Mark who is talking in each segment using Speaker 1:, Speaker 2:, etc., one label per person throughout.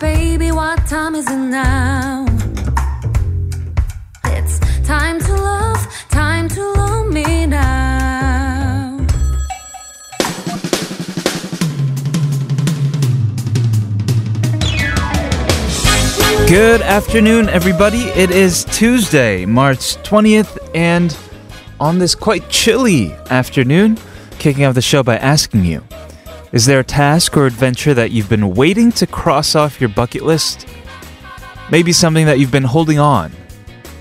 Speaker 1: baby, what time is it now? It's time to love, time to love me now.
Speaker 2: Good afternoon, everybody. It is Tuesday, March 20th, and on this quite chilly afternoon, kicking off the show by asking you Is there a task or adventure that you've been waiting to cross off your bucket list? Maybe something that you've been holding on,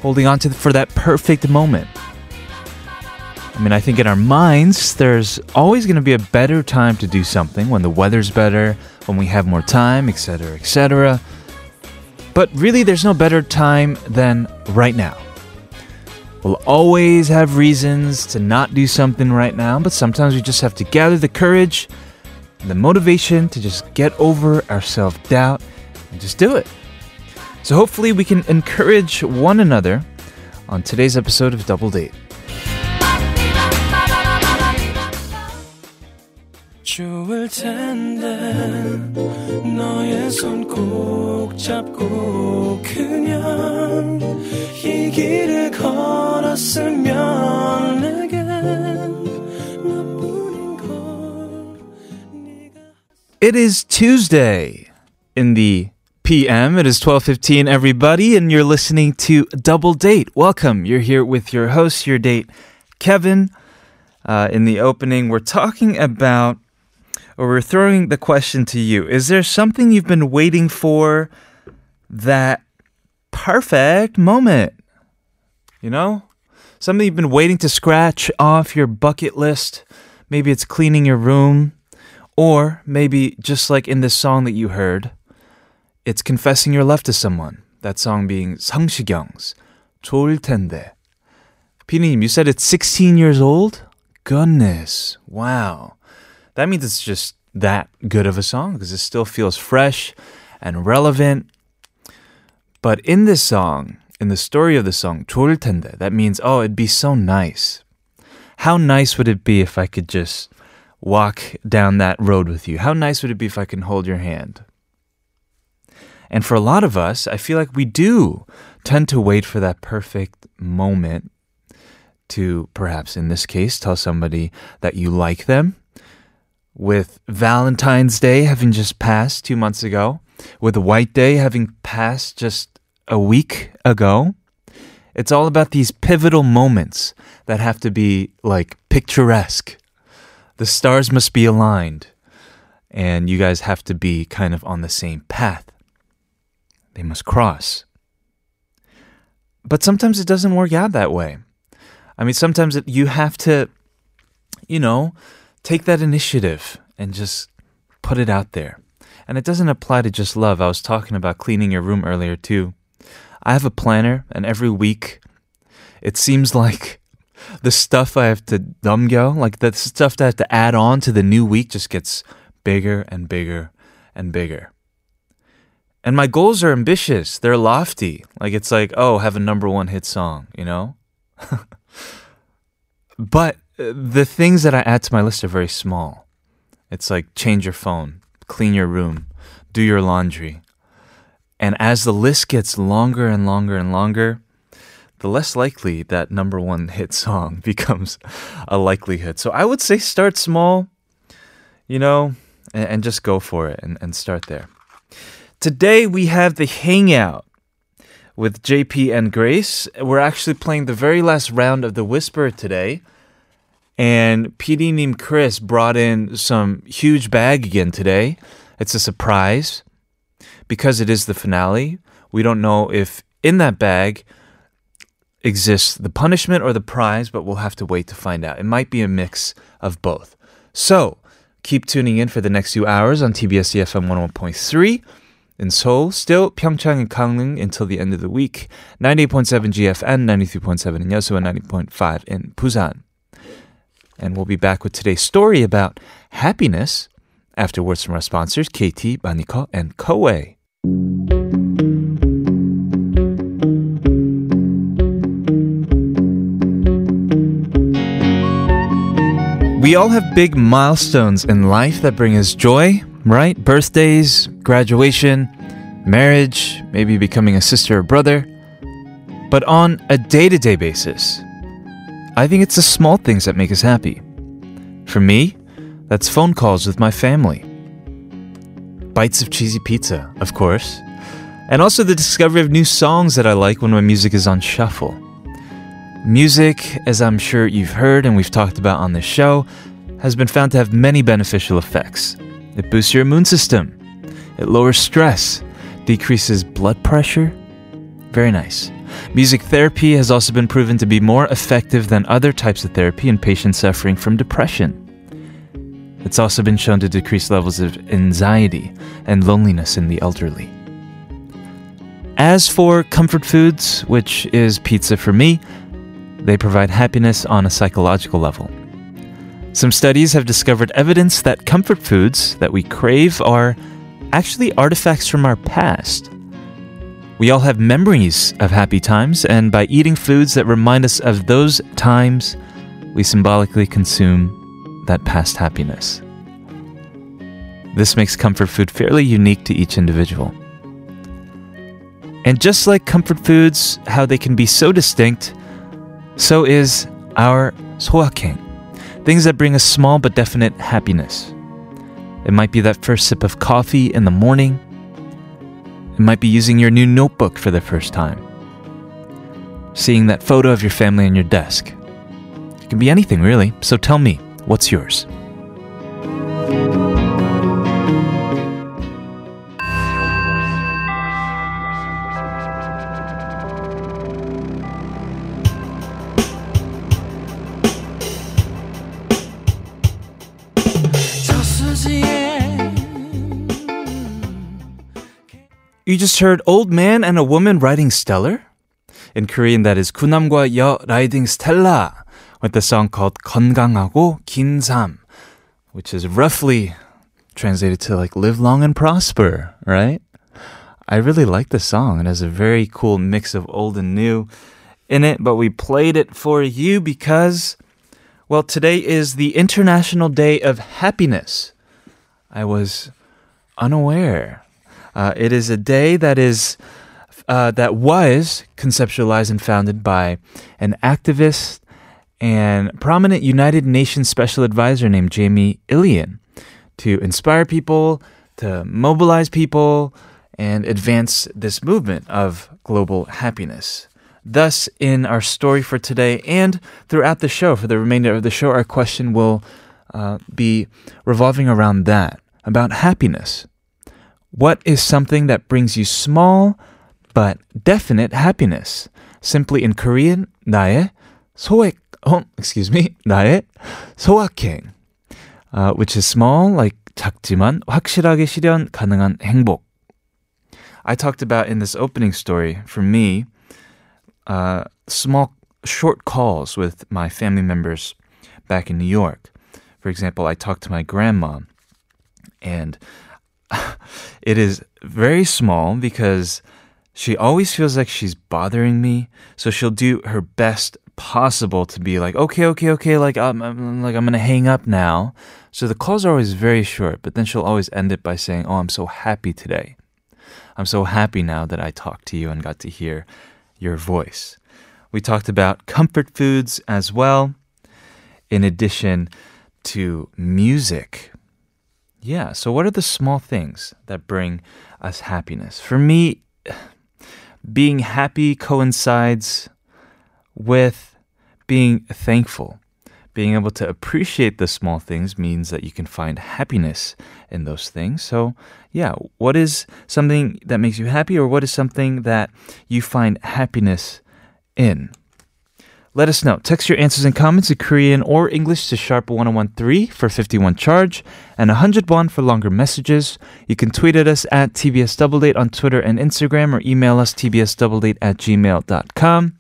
Speaker 2: holding on to for that perfect moment. I mean, I think in our minds, there's always going to be a better time to do something when the weather's better, when we have more time, etc., etc. But really, there's no better time than right now. We'll always have reasons to not do something right now, but sometimes we just have to gather the courage and the motivation to just get over our self doubt and just do it. So, hopefully, we can encourage one another on today's episode of Double Date.
Speaker 3: 좋을 텐데 너의 손 꼭 잡고 그냥 이 길을 걸었으면 내겐 너뿐인 걸 네가
Speaker 2: It is Tuesday in the PM. It is 12:15 everybody and you're listening to Double Date. Welcome. You're here with your host, your date, Kevin. Uh, in the opening, we're talking about or we're throwing the question to you. Is there something you've been waiting for that perfect moment? You know? Something you've been waiting to scratch off your bucket list. Maybe it's cleaning your room. Or maybe just like in this song that you heard, it's confessing your love to someone. That song being Sang Shikyung's 좋을 텐데. 피님, you said it's 16 years old? Goodness. Wow. That means it's just that good of a song because it still feels fresh and relevant. But in this song, in the story of the song, 좋을 텐데, that means, oh, it'd be so nice. How nice would it be if I could just walk down that road with you? How nice would it be if I can hold your hand? And for a lot of us, I feel like we do tend to wait for that perfect moment to perhaps, in this case, tell somebody that you like them. With Valentine's Day having just passed two months ago, with White Day having passed just a week ago, it's all about these pivotal moments that have to be like picturesque. The stars must be aligned, and you guys have to be kind of on the same path. They must cross. But sometimes it doesn't work out that way. I mean, sometimes it, you have to, you know, take that initiative and just put it out there. And it doesn't apply to just love. I was talking about cleaning your room earlier, too. I have a planner, and every week it seems like the stuff I have to dumgo, like the stuff that I have to add on to the new week, just gets bigger and bigger and bigger. And my goals are ambitious, they're lofty. Like, it's like, oh, have a number one hit song, you know? but uh, the things that I add to my list are very small. It's like change your phone, clean your room, do your laundry. And as the list gets longer and longer and longer, the less likely that number one hit song becomes a likelihood. So I would say start small, you know, and, and just go for it and, and start there. Today we have the hangout with JP and Grace. We're actually playing the very last round of the Whisper today. And PD named Chris brought in some huge bag again today. It's a surprise because it is the finale. We don't know if in that bag exists the punishment or the prize, but we'll have to wait to find out. It might be a mix of both. So keep tuning in for the next few hours on TBS EFM 101.3 in Seoul, still Pyeongchang and Gangneung until the end of the week, 98.7 GFN, 93.7 in Yeosu, and 90.5 in Busan. And we'll be back with today's story about happiness after words from our sponsors, KT, Baniko, and Koei. We all have big milestones in life that bring us joy, right? Birthdays, graduation, marriage, maybe becoming a sister or brother. But on a day to day basis, I think it's the small things that make us happy. For me, that's phone calls with my family, bites of cheesy pizza, of course, and also the discovery of new songs that I like when my music is on shuffle. Music, as I'm sure you've heard and we've talked about on this show, has been found to have many beneficial effects. It boosts your immune system, it lowers stress, decreases blood pressure. Very nice. Music therapy has also been proven to be more effective than other types of therapy in patients suffering from depression. It's also been shown to decrease levels of anxiety and loneliness in the elderly. As for comfort foods, which is pizza for me, they provide happiness on a psychological level. Some studies have discovered evidence that comfort foods that we crave are actually artifacts from our past. We all have memories of happy times, and by eating foods that remind us of those times, we symbolically consume that past happiness. This makes comfort food fairly unique to each individual. And just like comfort foods, how they can be so distinct, so is our soaking, things that bring us small but definite happiness. It might be that first sip of coffee in the morning. It might be using your new notebook for the first time. Seeing that photo of your family on your desk. It can be anything, really. So tell me, what's yours? You just heard Old Man and a Woman Riding Stellar? In Korean, that is 군함과 여 Riding Stella with the song called 건강하고 긴 삶, which is roughly translated to like live long and prosper, right? I really like the song. It has a very cool mix of old and new in it, but we played it for you because, well, today is the International Day of Happiness. I was unaware. Uh, it is a day that is uh, that was conceptualized and founded by an activist and prominent United Nations special advisor named Jamie Ilian to inspire people, to mobilize people, and advance this movement of global happiness. Thus, in our story for today and throughout the show, for the remainder of the show, our question will uh, be revolving around that about happiness. What is something that brings you small but definite happiness? Simply in Korean, 나의 소액, oh, excuse me, 나의 소확행, uh, which is small, like 작지만 확실하게 실현 가능한 행복. I talked about in this opening story, for me, uh, small, short calls with my family members back in New York. For example, I talked to my grandma, and it is very small because she always feels like she's bothering me. So she'll do her best possible to be like, okay, okay, okay, like I'm, I'm like I'm gonna hang up now. So the calls are always very short, but then she'll always end it by saying, "Oh, I'm so happy today. I'm so happy now that I talked to you and got to hear your voice." We talked about comfort foods as well, in addition to music. Yeah. So, what are the small things that bring us happiness? For me, being happy coincides with being thankful. Being able to appreciate the small things means that you can find happiness in those things. So, yeah, what is something that makes you happy, or what is something that you find happiness in? Let us know. Text your answers and comments in Korean or English to sharp 1013 for 51 charge and 100 won for longer messages. You can tweet at us at tbsdoubledate on Twitter and Instagram or email us tbsdoubledate at gmail.com.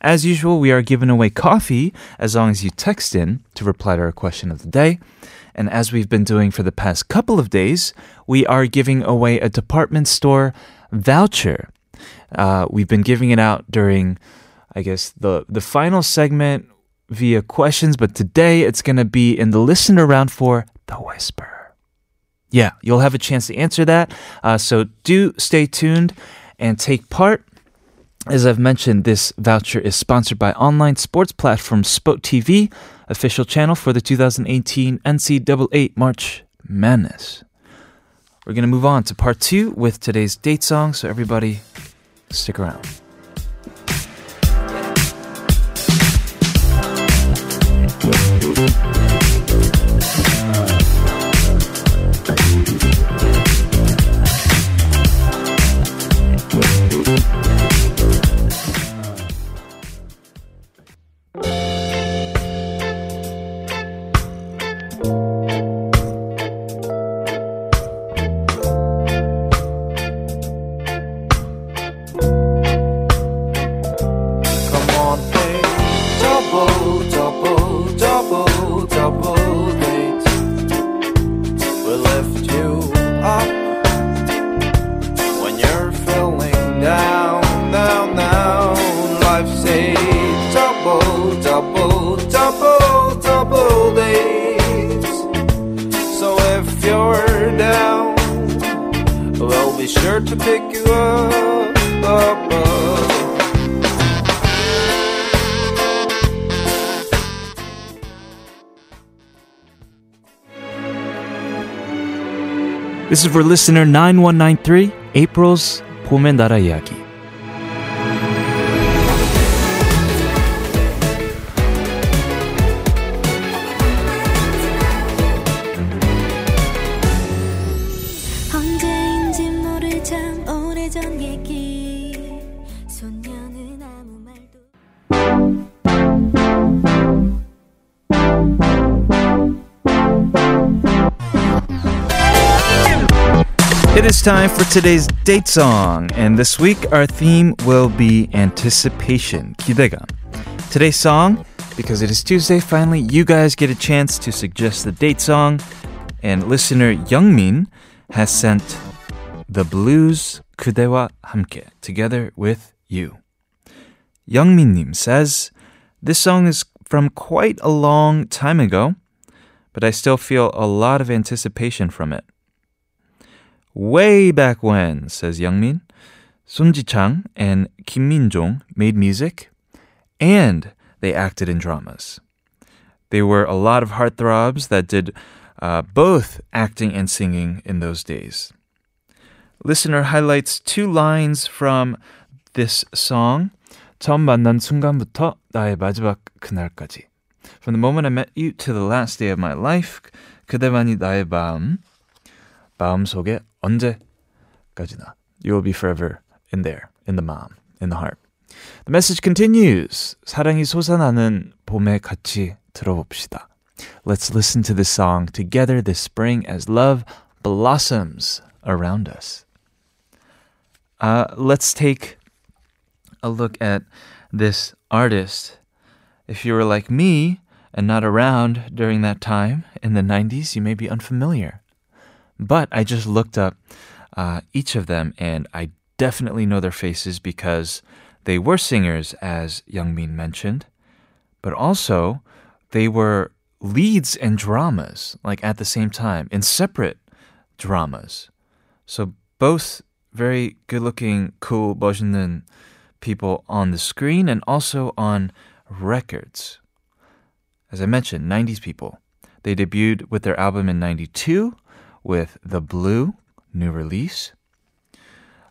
Speaker 2: As usual, we are giving away coffee as long as you text in to reply to our question of the day. And as we've been doing for the past couple of days, we are giving away a department store voucher. Uh, we've been giving it out during I guess the the final segment via questions, but today it's going to be in the listener round for the whisper. Yeah, you'll have a chance to answer that. Uh, so do stay tuned and take part. As I've mentioned, this voucher is sponsored by online sports platform Spot TV, official channel for the 2018 NCAA March Madness. We're going to move on to part two with today's date song, so everybody stick around.
Speaker 3: Come on, babe. Double, double, double, double date. We lift you up when you're feeling down, down, down. Life's a double, double, double, double date. So if you're down, we'll be sure to pick you up, up, up.
Speaker 2: This is for listener 9193, April's 봄의 나라 이야기.
Speaker 1: 언제인지 모를 참 오래전 얘기 소녀는 아무 말도
Speaker 2: It is time for today's date song, and this week our theme will be anticipation, 기대감. Today's song, because it is Tuesday, finally you guys get a chance to suggest the date song, and listener Youngmin has sent the blues 그대와 함께 together with you. Youngmin Nim says, "This song is from quite a long time ago, but I still feel a lot of anticipation from it." Way back when, says Youngmin, Sun Ji-chang and Kim Min-jong made music and they acted in dramas. They were a lot of heartthrobs that did uh, both acting and singing in those days. Listener highlights two lines from this song. 처음 만난 순간부터 나의 마지막 그날까지. From the moment I met you to the last day of my life, 그대만이 나의 마음. 마음속에 언제까지나. You will be forever in there, in the mom, in the heart. The message continues. 사랑이 솟아나는 봄에 같이 들어봅시다. Let's listen to this song together this spring as love blossoms around us. Uh, let's take a look at this artist. If you were like me and not around during that time in the 90s, you may be unfamiliar. But I just looked up uh, each of them, and I definitely know their faces because they were singers, as Youngmin mentioned, but also they were leads in dramas, like at the same time, in separate dramas. So both very good-looking, cool, 멋있는 people on the screen and also on records. As I mentioned, 90s people. They debuted with their album in 92 with The Blue, new release.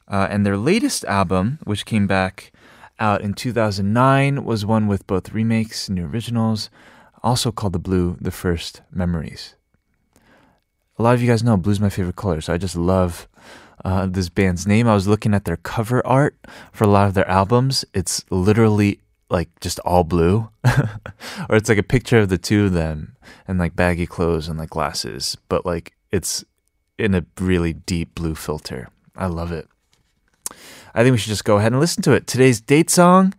Speaker 2: Uh, and their latest album, which came back out in 2009, was one with both remakes, new originals, also called The Blue, The First Memories. A lot of you guys know blue's my favorite color, so I just love uh, this band's name. I was looking at their cover art for a lot of their albums. It's literally like just all blue, or it's like a picture of the two of them and like baggy clothes and like glasses, but like it's in a really deep blue filter. I love it. I think we should just go ahead and listen to it. Today's date song,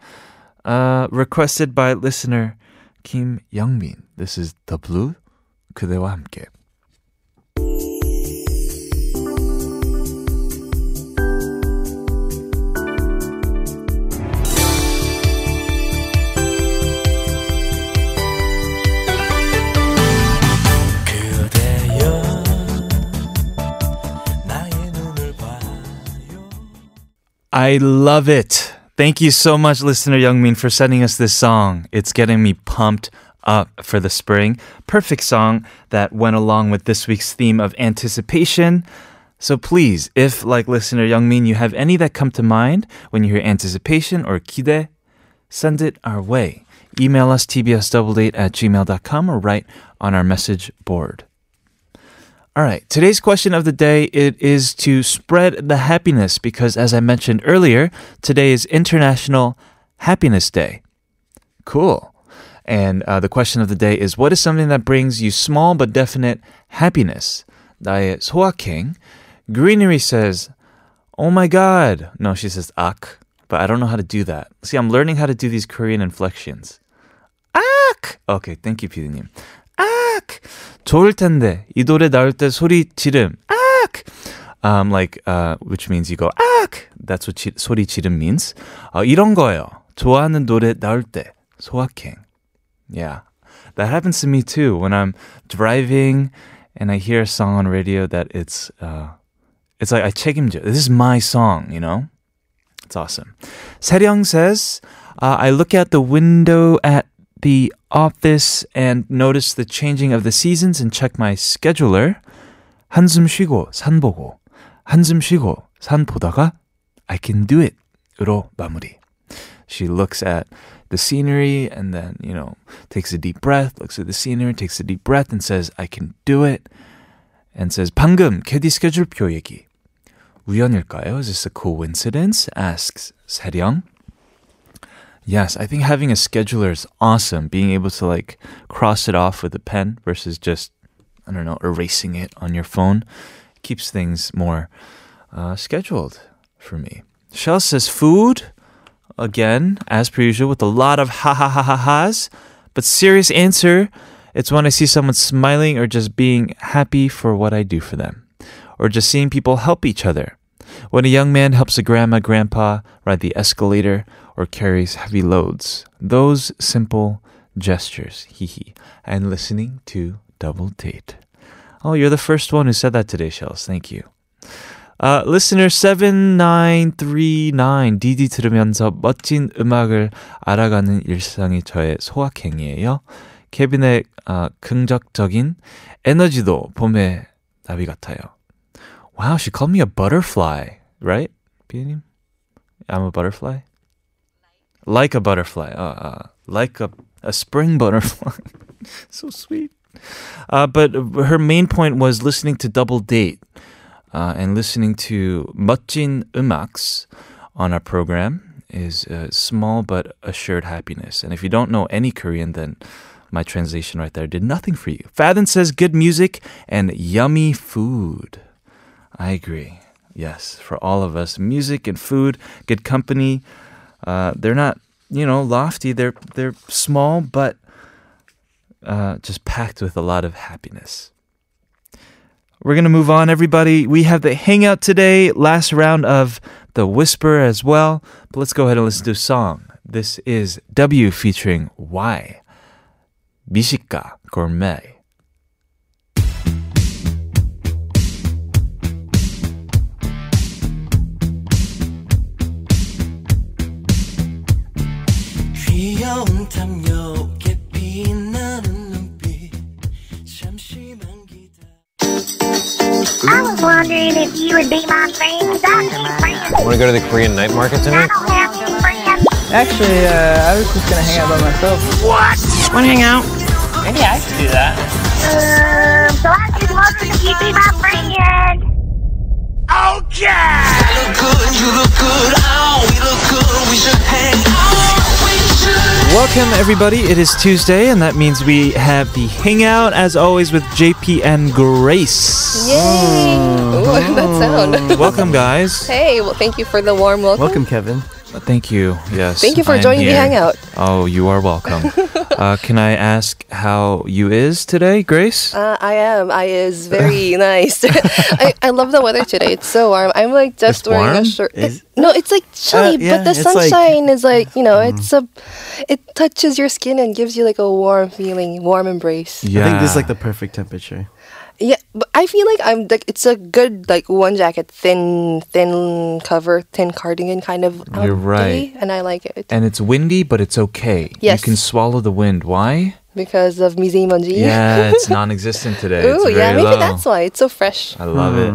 Speaker 2: uh, requested by listener Kim Youngmin. This is The Blue, 그대와 함께.
Speaker 3: 그대여
Speaker 2: I love it. Thank you so much, listener Youngmin, for sending us this song. It's getting me pumped up for the spring. Perfect song that went along with this week's theme of anticipation. So please, if like listener Youngmin, you have any that come to mind when you hear anticipation or kide, send it our way. Email us tbsdoubledate at gmail.com or write on our message board. All right, today's question of the day it is to spread the happiness because as I mentioned earlier, today is International Happiness Day. Cool. And uh, the question of the day is what is something that brings you small but definite happiness? 나의 소확행. Greenery says, "Oh my god." No, she says "ak," but I don't know how to do that. See, I'm learning how to do these Korean inflections. "Ak." Okay, thank you, 피디님. E "Ak." 좋을 텐데 이 노래 나올 때 소리 지름. "Ak." Um, like, uh, which means you go "ak." That's what 지, 소리 지름 means. 어, 이런 거예요. 좋아하는 노래 나올 때 소확행. Yeah. That happens to me too when I'm driving and I hear a song on radio that it's uh it's like I check him this is my song, you know? It's awesome. Seryong says, uh, I look out the window at the office and notice the changing of the seasons and check my scheduler. 한숨 쉬고 산 보고 한숨 쉬고 산 보다가 I can do it. 으로 마무리. She looks at the scenery and then, you know, takes a deep breath, looks at the scenery, takes a deep breath and says, I can do it. And says, 방금 캐디 스케줄표 얘기. 우연일까요? Is this a coincidence? asks 세령. Yes, I think having a scheduler is awesome. Being able to like cross it off with a pen versus just, I don't know, erasing it on your phone keeps things more uh, scheduled for me. Shell says, food again, as per usual, with a lot of ha ha ha ha ha's. But serious answer, it's when I see someone smiling or just being happy for what I do for them, or just seeing people help each other. When a young man helps a grandma, grandpa ride the escalator, or carries heavy loads. Those simple gestures, hee hee. And listening to Double Date. Oh, you're the first one who said that today, Shells. Thank you. 아, listener 7939 DD 들으면서 멋진 음악을 알아가는 일상이 저의 소확행이에요. 케빈의 아, 긍정적인 에너지도 봄의 나비 같아요. Wow, she called me a butterfly, right? 비님? I'm a butterfly? Like a butterfly. Uh, uh, like a, a spring butterfly. so sweet. Uh, but her main point was listening to Double Date uh, and listening to 멋진 음악s on our program is uh, small but assured happiness. And if you don't know any Korean, then my translation right there did nothing for you. Fathom says good music and yummy food. I agree. Yes, for all of us, music and food, good company. Uh, they're not, you know, lofty. They're they're small, but uh, just packed with a lot of happiness. We're going to move on, everybody. We have the hangout today, last round of The Whisper as well. But let's go ahead and listen to a song. This is W featuring Y. 미식가 Gourmet.
Speaker 3: 귀여운 탐욕에 빛나는 눈빛 잠시만 기다
Speaker 4: I was wondering if you would be my friend. I need friends.
Speaker 5: Want to go to the Korean night market
Speaker 4: I
Speaker 5: tonight?
Speaker 4: don't have any friends.
Speaker 6: Actually, uh, I was just gonna hang out by myself.
Speaker 4: Um, so I just wondering if you'd be my friend.
Speaker 2: Welcome, everybody. It is Tuesday, and that means we have the hangout, as always, with JP and Grace. Oh.
Speaker 7: Ooh, that sound.
Speaker 2: Welcome, guys.
Speaker 7: hey, well, thank you for the warm welcome.
Speaker 6: Welcome, Kevin.
Speaker 2: Thank you. Yes.
Speaker 7: Thank you for
Speaker 2: I'm
Speaker 7: joining the
Speaker 2: here.
Speaker 7: hangout.
Speaker 2: Oh, you are welcome. uh, can I ask how you is today, Grace?
Speaker 7: Uh, I am. I is very nice. I, I love the weather today. It's so warm. I'm like just
Speaker 2: It's
Speaker 7: wearing
Speaker 2: warm?
Speaker 7: a shirt.
Speaker 6: Is-
Speaker 7: no, it's like chilly,
Speaker 6: Uh, yeah,
Speaker 7: but the
Speaker 6: it's like-
Speaker 7: sunshine is like you know, it's
Speaker 2: Mm.
Speaker 7: a, it touches your skin and gives you like a warm feeling, warm embrace.
Speaker 2: yeah.
Speaker 6: I think this is like the perfect temperature.
Speaker 7: Yeah, but I feel like I'm like it's a good like one jacket, thin, thin cover, thin cardigan kind of.
Speaker 2: You're
Speaker 7: outfit,
Speaker 2: right.
Speaker 7: and I like it
Speaker 2: And it's windy, but it's okay.
Speaker 7: Yes.
Speaker 2: You can swallow the wind. Why?
Speaker 7: because of Mizimonji.
Speaker 2: Yeah, it's non existent today. it's
Speaker 7: Ooh,
Speaker 2: very
Speaker 7: yeah, maybe
Speaker 2: low.
Speaker 7: that's why it's so fresh.
Speaker 2: I love it.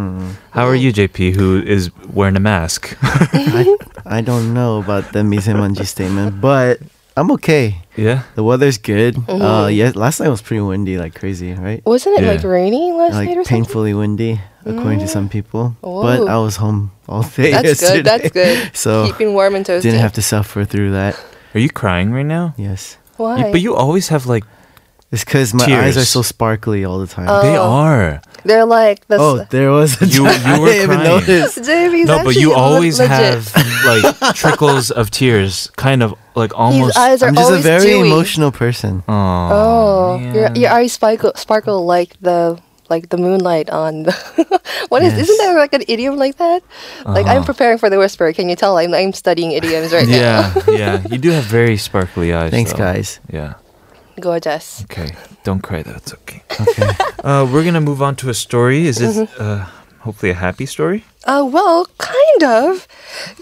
Speaker 2: How are you, JP, who is wearing a mask?
Speaker 5: I, I don't know about the Misemanji statement, but I'm okay.
Speaker 2: yeah.
Speaker 5: The weather's good.
Speaker 7: Mm-hmm.
Speaker 5: Uh, yeah, last night was pretty windy, like crazy, right?
Speaker 7: Wasn't it
Speaker 2: Yeah.
Speaker 7: like raining last night or something?
Speaker 5: Like
Speaker 7: Mm.
Speaker 5: painfully windy, according to some people. But
Speaker 7: Ooh.
Speaker 5: I was home all day
Speaker 7: That's
Speaker 5: yesterday,
Speaker 7: good. That's good.
Speaker 5: So
Speaker 7: keeping warm and toasty.
Speaker 5: didn't have to suffer through that.
Speaker 2: Are you crying right now?
Speaker 5: Yes,
Speaker 7: Why?
Speaker 2: You- but you always have like
Speaker 5: it's because my eyes are
Speaker 2: Tears.
Speaker 5: so sparkly all the time.
Speaker 2: they are.
Speaker 7: They're like Oh, that's.
Speaker 5: oh, there was a
Speaker 2: You-
Speaker 5: time
Speaker 2: you were
Speaker 5: I didn't even
Speaker 2: crying.
Speaker 5: notice.
Speaker 7: JB's
Speaker 2: no, but
Speaker 7: actually
Speaker 2: you
Speaker 7: le-
Speaker 2: always
Speaker 7: legit.
Speaker 2: have like trickles of tears, kind of like
Speaker 7: His
Speaker 2: almost.
Speaker 7: eyes are
Speaker 5: I'm just
Speaker 7: always
Speaker 5: a very
Speaker 7: dewy.
Speaker 5: emotional person.
Speaker 2: Aw.
Speaker 7: Oh, your
Speaker 2: man.
Speaker 7: your eyes sparkle sparkle like the like the moonlight on the what is
Speaker 5: Yes.
Speaker 7: isn't there like an idiom like that? Like I'm preparing for the whisper. Can you tell? I'm I'm studying idioms right
Speaker 2: Uh-huh. Yeah, yeah. You do have very sparkly eyes.
Speaker 5: Thanks,
Speaker 2: though.
Speaker 5: guys.
Speaker 2: Yeah.
Speaker 7: now. Gorgeous.
Speaker 2: Okay. Don't cry though. It's okay. Okay. uh, we're gonna move on to a story. Is it
Speaker 7: Mm-hmm.
Speaker 2: uh, hopefully a happy story?
Speaker 7: Uh, well, kind of.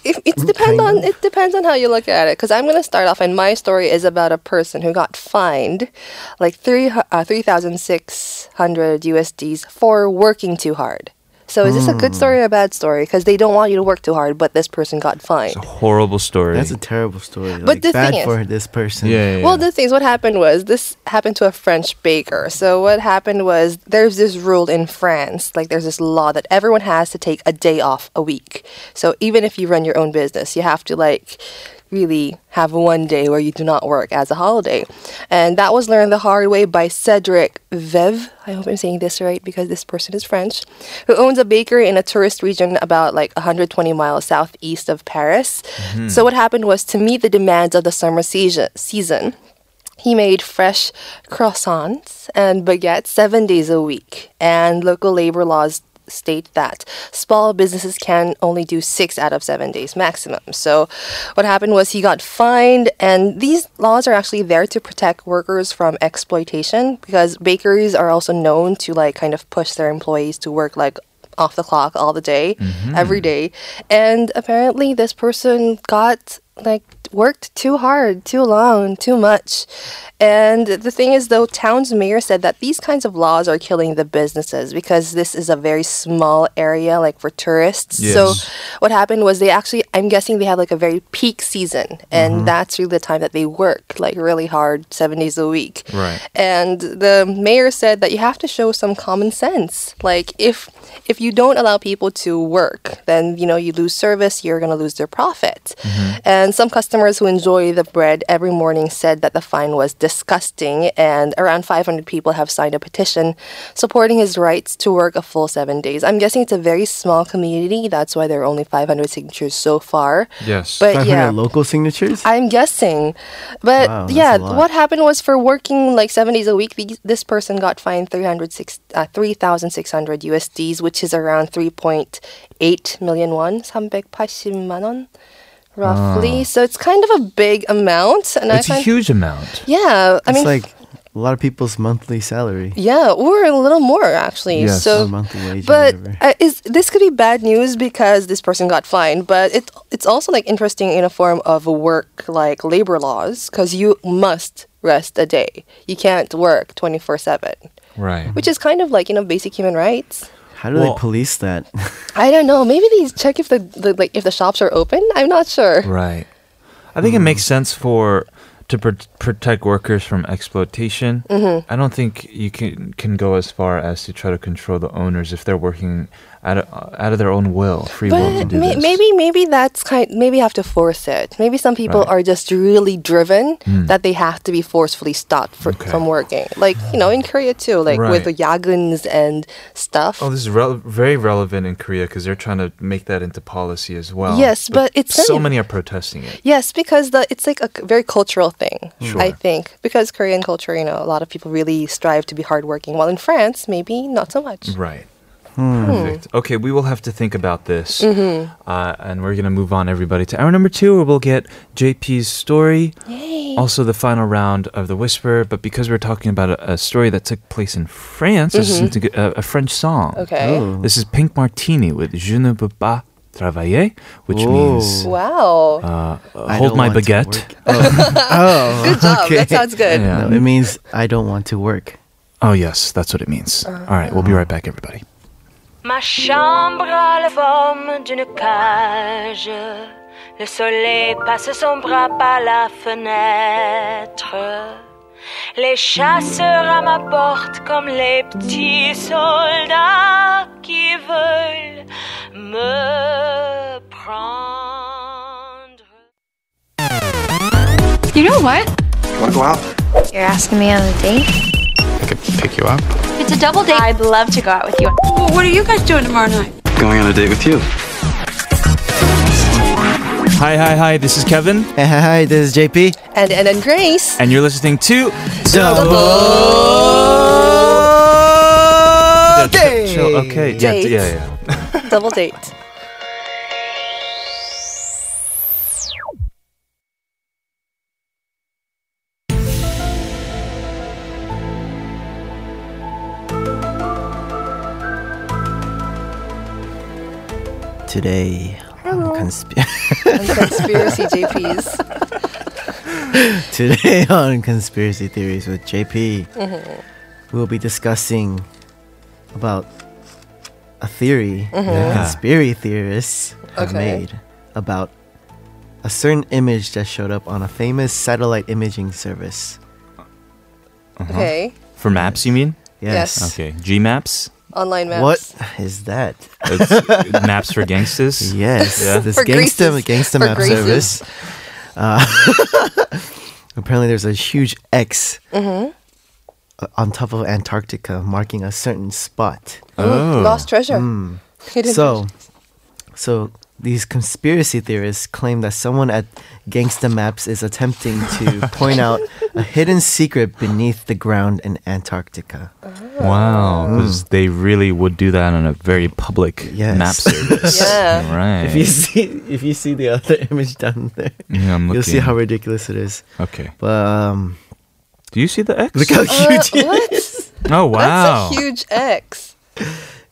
Speaker 7: It, it depends on it depends on how you look at it. Because I'm gonna start off, and my story is about a person who got fined, like three hu- uh, three thousand six hundred USDs for working too hard. So is this a good story or a bad story? Because they don't want you to work too hard, but this person got fined.
Speaker 2: It's a horrible story.
Speaker 5: That's a terrible story. But
Speaker 7: the
Speaker 5: bad
Speaker 7: thing is-
Speaker 5: for this person.
Speaker 2: yeah, yeah.
Speaker 7: Well, the thing is, what happened was this happened to a French baker. So what happened was there's this rule in France, like there's this law that everyone has to take a day off a week. So even if you run your own business, you have to like really have one day where you do not work as a holiday. And that was learned the hard way by Cedric Veuve. I hope I'm saying this right because this person is French, who owns a bakery in a tourist region about like 120 miles southeast of Paris. So what happened was to meet the demands of the summer season, season he made fresh croissants and baguettes seven days a week, and local labor laws state that small businesses can only do six out of seven days maximum. So, what happened was he got fined, and these laws are actually there to protect workers from exploitation because bakeries are also known to like kind of push their employees to work like off the clock all the day, every day. And apparently, this person got like worked too hard, too long, too much. And the thing is, though, town's mayor said that these kinds of laws are killing the businesses because this is a very small area, like for tourists. So,
Speaker 2: Yes.
Speaker 7: what happened was they actually, I'm guessing they have like a very peak season, and that's really the time that they work like really hard, seven days a week.
Speaker 2: Right.
Speaker 7: And the mayor said that you have to show some common sense. Like if if you don't allow people to work, then you know you lose service, you're going to lose their profit.
Speaker 2: Mm-hmm.
Speaker 7: And some customers who enjoy the bread every morning said that the fine was disgusting and around 500 people have signed a petition supporting his rights to work a full 7 days. I'm guessing it's a very small community, that's why there are only 500 signatures so far.
Speaker 2: yes.
Speaker 7: But
Speaker 5: 500
Speaker 7: yeah.
Speaker 5: local signatures?
Speaker 7: I'm guessing. But
Speaker 5: Wow, that's
Speaker 7: yeah,
Speaker 5: a lot.
Speaker 7: what happened was for working like seven days a week, these, this person got fined 306 uh, 3,600 USDs, which is around 3.8 million won, 380만 원, roughly. So it's kind of a big amount. And
Speaker 2: it's
Speaker 7: I
Speaker 2: a
Speaker 7: find,
Speaker 2: huge amount.
Speaker 7: Yeah, I mean,
Speaker 5: it's like a lot of people's monthly salary.
Speaker 7: yeah, or a little more actually.
Speaker 2: Yes.
Speaker 7: So
Speaker 5: Or monthly wage. or
Speaker 7: but
Speaker 5: whatever.
Speaker 7: uh, is this could be bad news because this person got fined but it it's also like interesting in a form of work like labor laws because you must rest a day you can't work 24-7
Speaker 2: Right.
Speaker 7: which is kind of like you know basic human rights
Speaker 5: How do
Speaker 2: Well-
Speaker 5: they police that?
Speaker 7: i don't know maybe they check if the, the like if the shops are open i'm not sure
Speaker 2: Right. I
Speaker 7: Hmm.
Speaker 2: think it makes sense for to pr- protect workers from exploitation.
Speaker 7: Mm-hmm.
Speaker 2: I don't think you can can go as far as to try to control the owners if they're working out of, out of their own will, free will to
Speaker 7: But
Speaker 2: do
Speaker 7: may-
Speaker 2: this.
Speaker 7: maybe maybe that's kind. Maybe you have to force it. Maybe some people
Speaker 2: Right. Hmm.
Speaker 7: are just really driven that they have to be forcefully stopped for,
Speaker 2: Okay.
Speaker 7: from working. Like you know, in Korea too, like with the
Speaker 2: Right.
Speaker 7: yaguns and stuff.
Speaker 2: Oh, this is rel- very relevant in Korea because they're trying to make that into policy as well.
Speaker 7: Yes, but it's
Speaker 2: so
Speaker 7: kind of-
Speaker 2: many are protesting it.
Speaker 7: Yes, because the it's like a c- very cultural thing,
Speaker 2: Sure.
Speaker 7: I think. Because Korean
Speaker 2: Mm-hmm.
Speaker 7: culture, you know, a lot of people really strive to be hardworking. While in France, maybe not so much.
Speaker 2: Right.
Speaker 7: Hmm.
Speaker 2: Perfect. Okay, we will have to think about this.
Speaker 7: Mm-hmm.
Speaker 2: Uh, and we're going to move on, everybody, to hour number two, where we'll get JP's story. Also, the final round of The Whisper. But because we're talking about a, a story that took place in France, let's listen to uh, a, a French song.
Speaker 7: Mm-hmm. Okay.
Speaker 5: Oh,
Speaker 2: This is Pink Martini with Je ne peux pas travailler, which means
Speaker 5: Oh.
Speaker 7: Wow.
Speaker 2: uh,
Speaker 5: I
Speaker 2: hold
Speaker 5: don't
Speaker 2: my
Speaker 5: want to
Speaker 2: baguette.
Speaker 5: work. Oh,
Speaker 7: good job.
Speaker 5: okay.
Speaker 7: That sounds good.
Speaker 2: Yeah.
Speaker 5: No, it means I don't want to work.
Speaker 2: Oh, yes, that's what it means.
Speaker 7: Uh-huh.
Speaker 2: All right, we'll be right back, everybody.
Speaker 8: Ma chambre a la forme d'une cage. Le soleil passe son bras par la fenêtre. Les chasseurs à ma porte comme les petits soldats qui veulent me prendre.
Speaker 9: You know what?
Speaker 10: Want to go out?
Speaker 4: You're asking me on a date?
Speaker 10: I could pick you up.
Speaker 9: It's a double date. I'd love to go out with you. What are you guys doing tomorrow night?
Speaker 10: Going on a date with you.
Speaker 2: Hi, hi, hi, this is Kevin,
Speaker 5: Hey, hi, hi, this is JP.
Speaker 7: And and then Grace.
Speaker 2: and you're listening to
Speaker 5: Double
Speaker 2: Yeah, chill, chill, Okay. Yeah,
Speaker 7: Date.
Speaker 2: yeah, yeah.
Speaker 7: Double date.
Speaker 5: Today, I'm consp-
Speaker 7: And conspiracy JPs.
Speaker 5: today on conspiracy theories with JP,
Speaker 7: Mm-hmm.
Speaker 5: we'll be discussing about a theory that conspiracy theorists have
Speaker 7: Mm-hmm. Okay.
Speaker 5: made about a certain image that showed up on a famous satellite imaging service.
Speaker 2: Uh-huh.
Speaker 7: Okay.
Speaker 2: For maps, you mean?
Speaker 5: Yes.
Speaker 7: Yes.
Speaker 2: Okay. G maps.
Speaker 7: Online maps.
Speaker 5: What is that?
Speaker 2: It's maps for gangsters.
Speaker 5: Yes,
Speaker 2: Yeah.
Speaker 5: this
Speaker 7: For
Speaker 5: gangsta
Speaker 7: Greases.
Speaker 5: gangsta
Speaker 7: For
Speaker 5: map
Speaker 7: Greases.
Speaker 5: service. Uh, apparently, there's a huge X
Speaker 7: Mm-hmm.
Speaker 5: uh, on top of Antarctica, marking a certain spot.
Speaker 7: Ooh, Lost treasure. Hidden
Speaker 5: Oh. Hmm. So, so these conspiracy theorists claim that someone at Gangsta Maps is attempting to point out a hidden secret beneath the ground in Antarctica.
Speaker 2: Wow. Because they really would do that on a very public
Speaker 5: Mm. Yes.
Speaker 2: map service.
Speaker 7: Yeah.
Speaker 2: Right.
Speaker 5: If you see, if you see the other image down there,
Speaker 2: yeah, I'm looking.
Speaker 5: you'll see how ridiculous it is.
Speaker 2: okay.
Speaker 5: But um,
Speaker 2: Do you see the X?
Speaker 5: look how
Speaker 7: treasure.
Speaker 5: huge! it-
Speaker 7: Uh,
Speaker 2: oh
Speaker 7: what?
Speaker 2: wow.
Speaker 7: That's a huge X.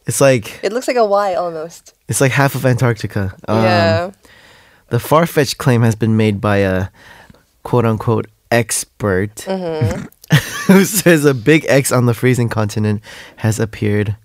Speaker 5: It's like
Speaker 7: It looks like a Y almost.
Speaker 5: It's like half of Antarctica. Um,
Speaker 7: yeah.
Speaker 5: The far fetched claim has been made by a quote unquote expert who says a big X on the freezing continent has appeared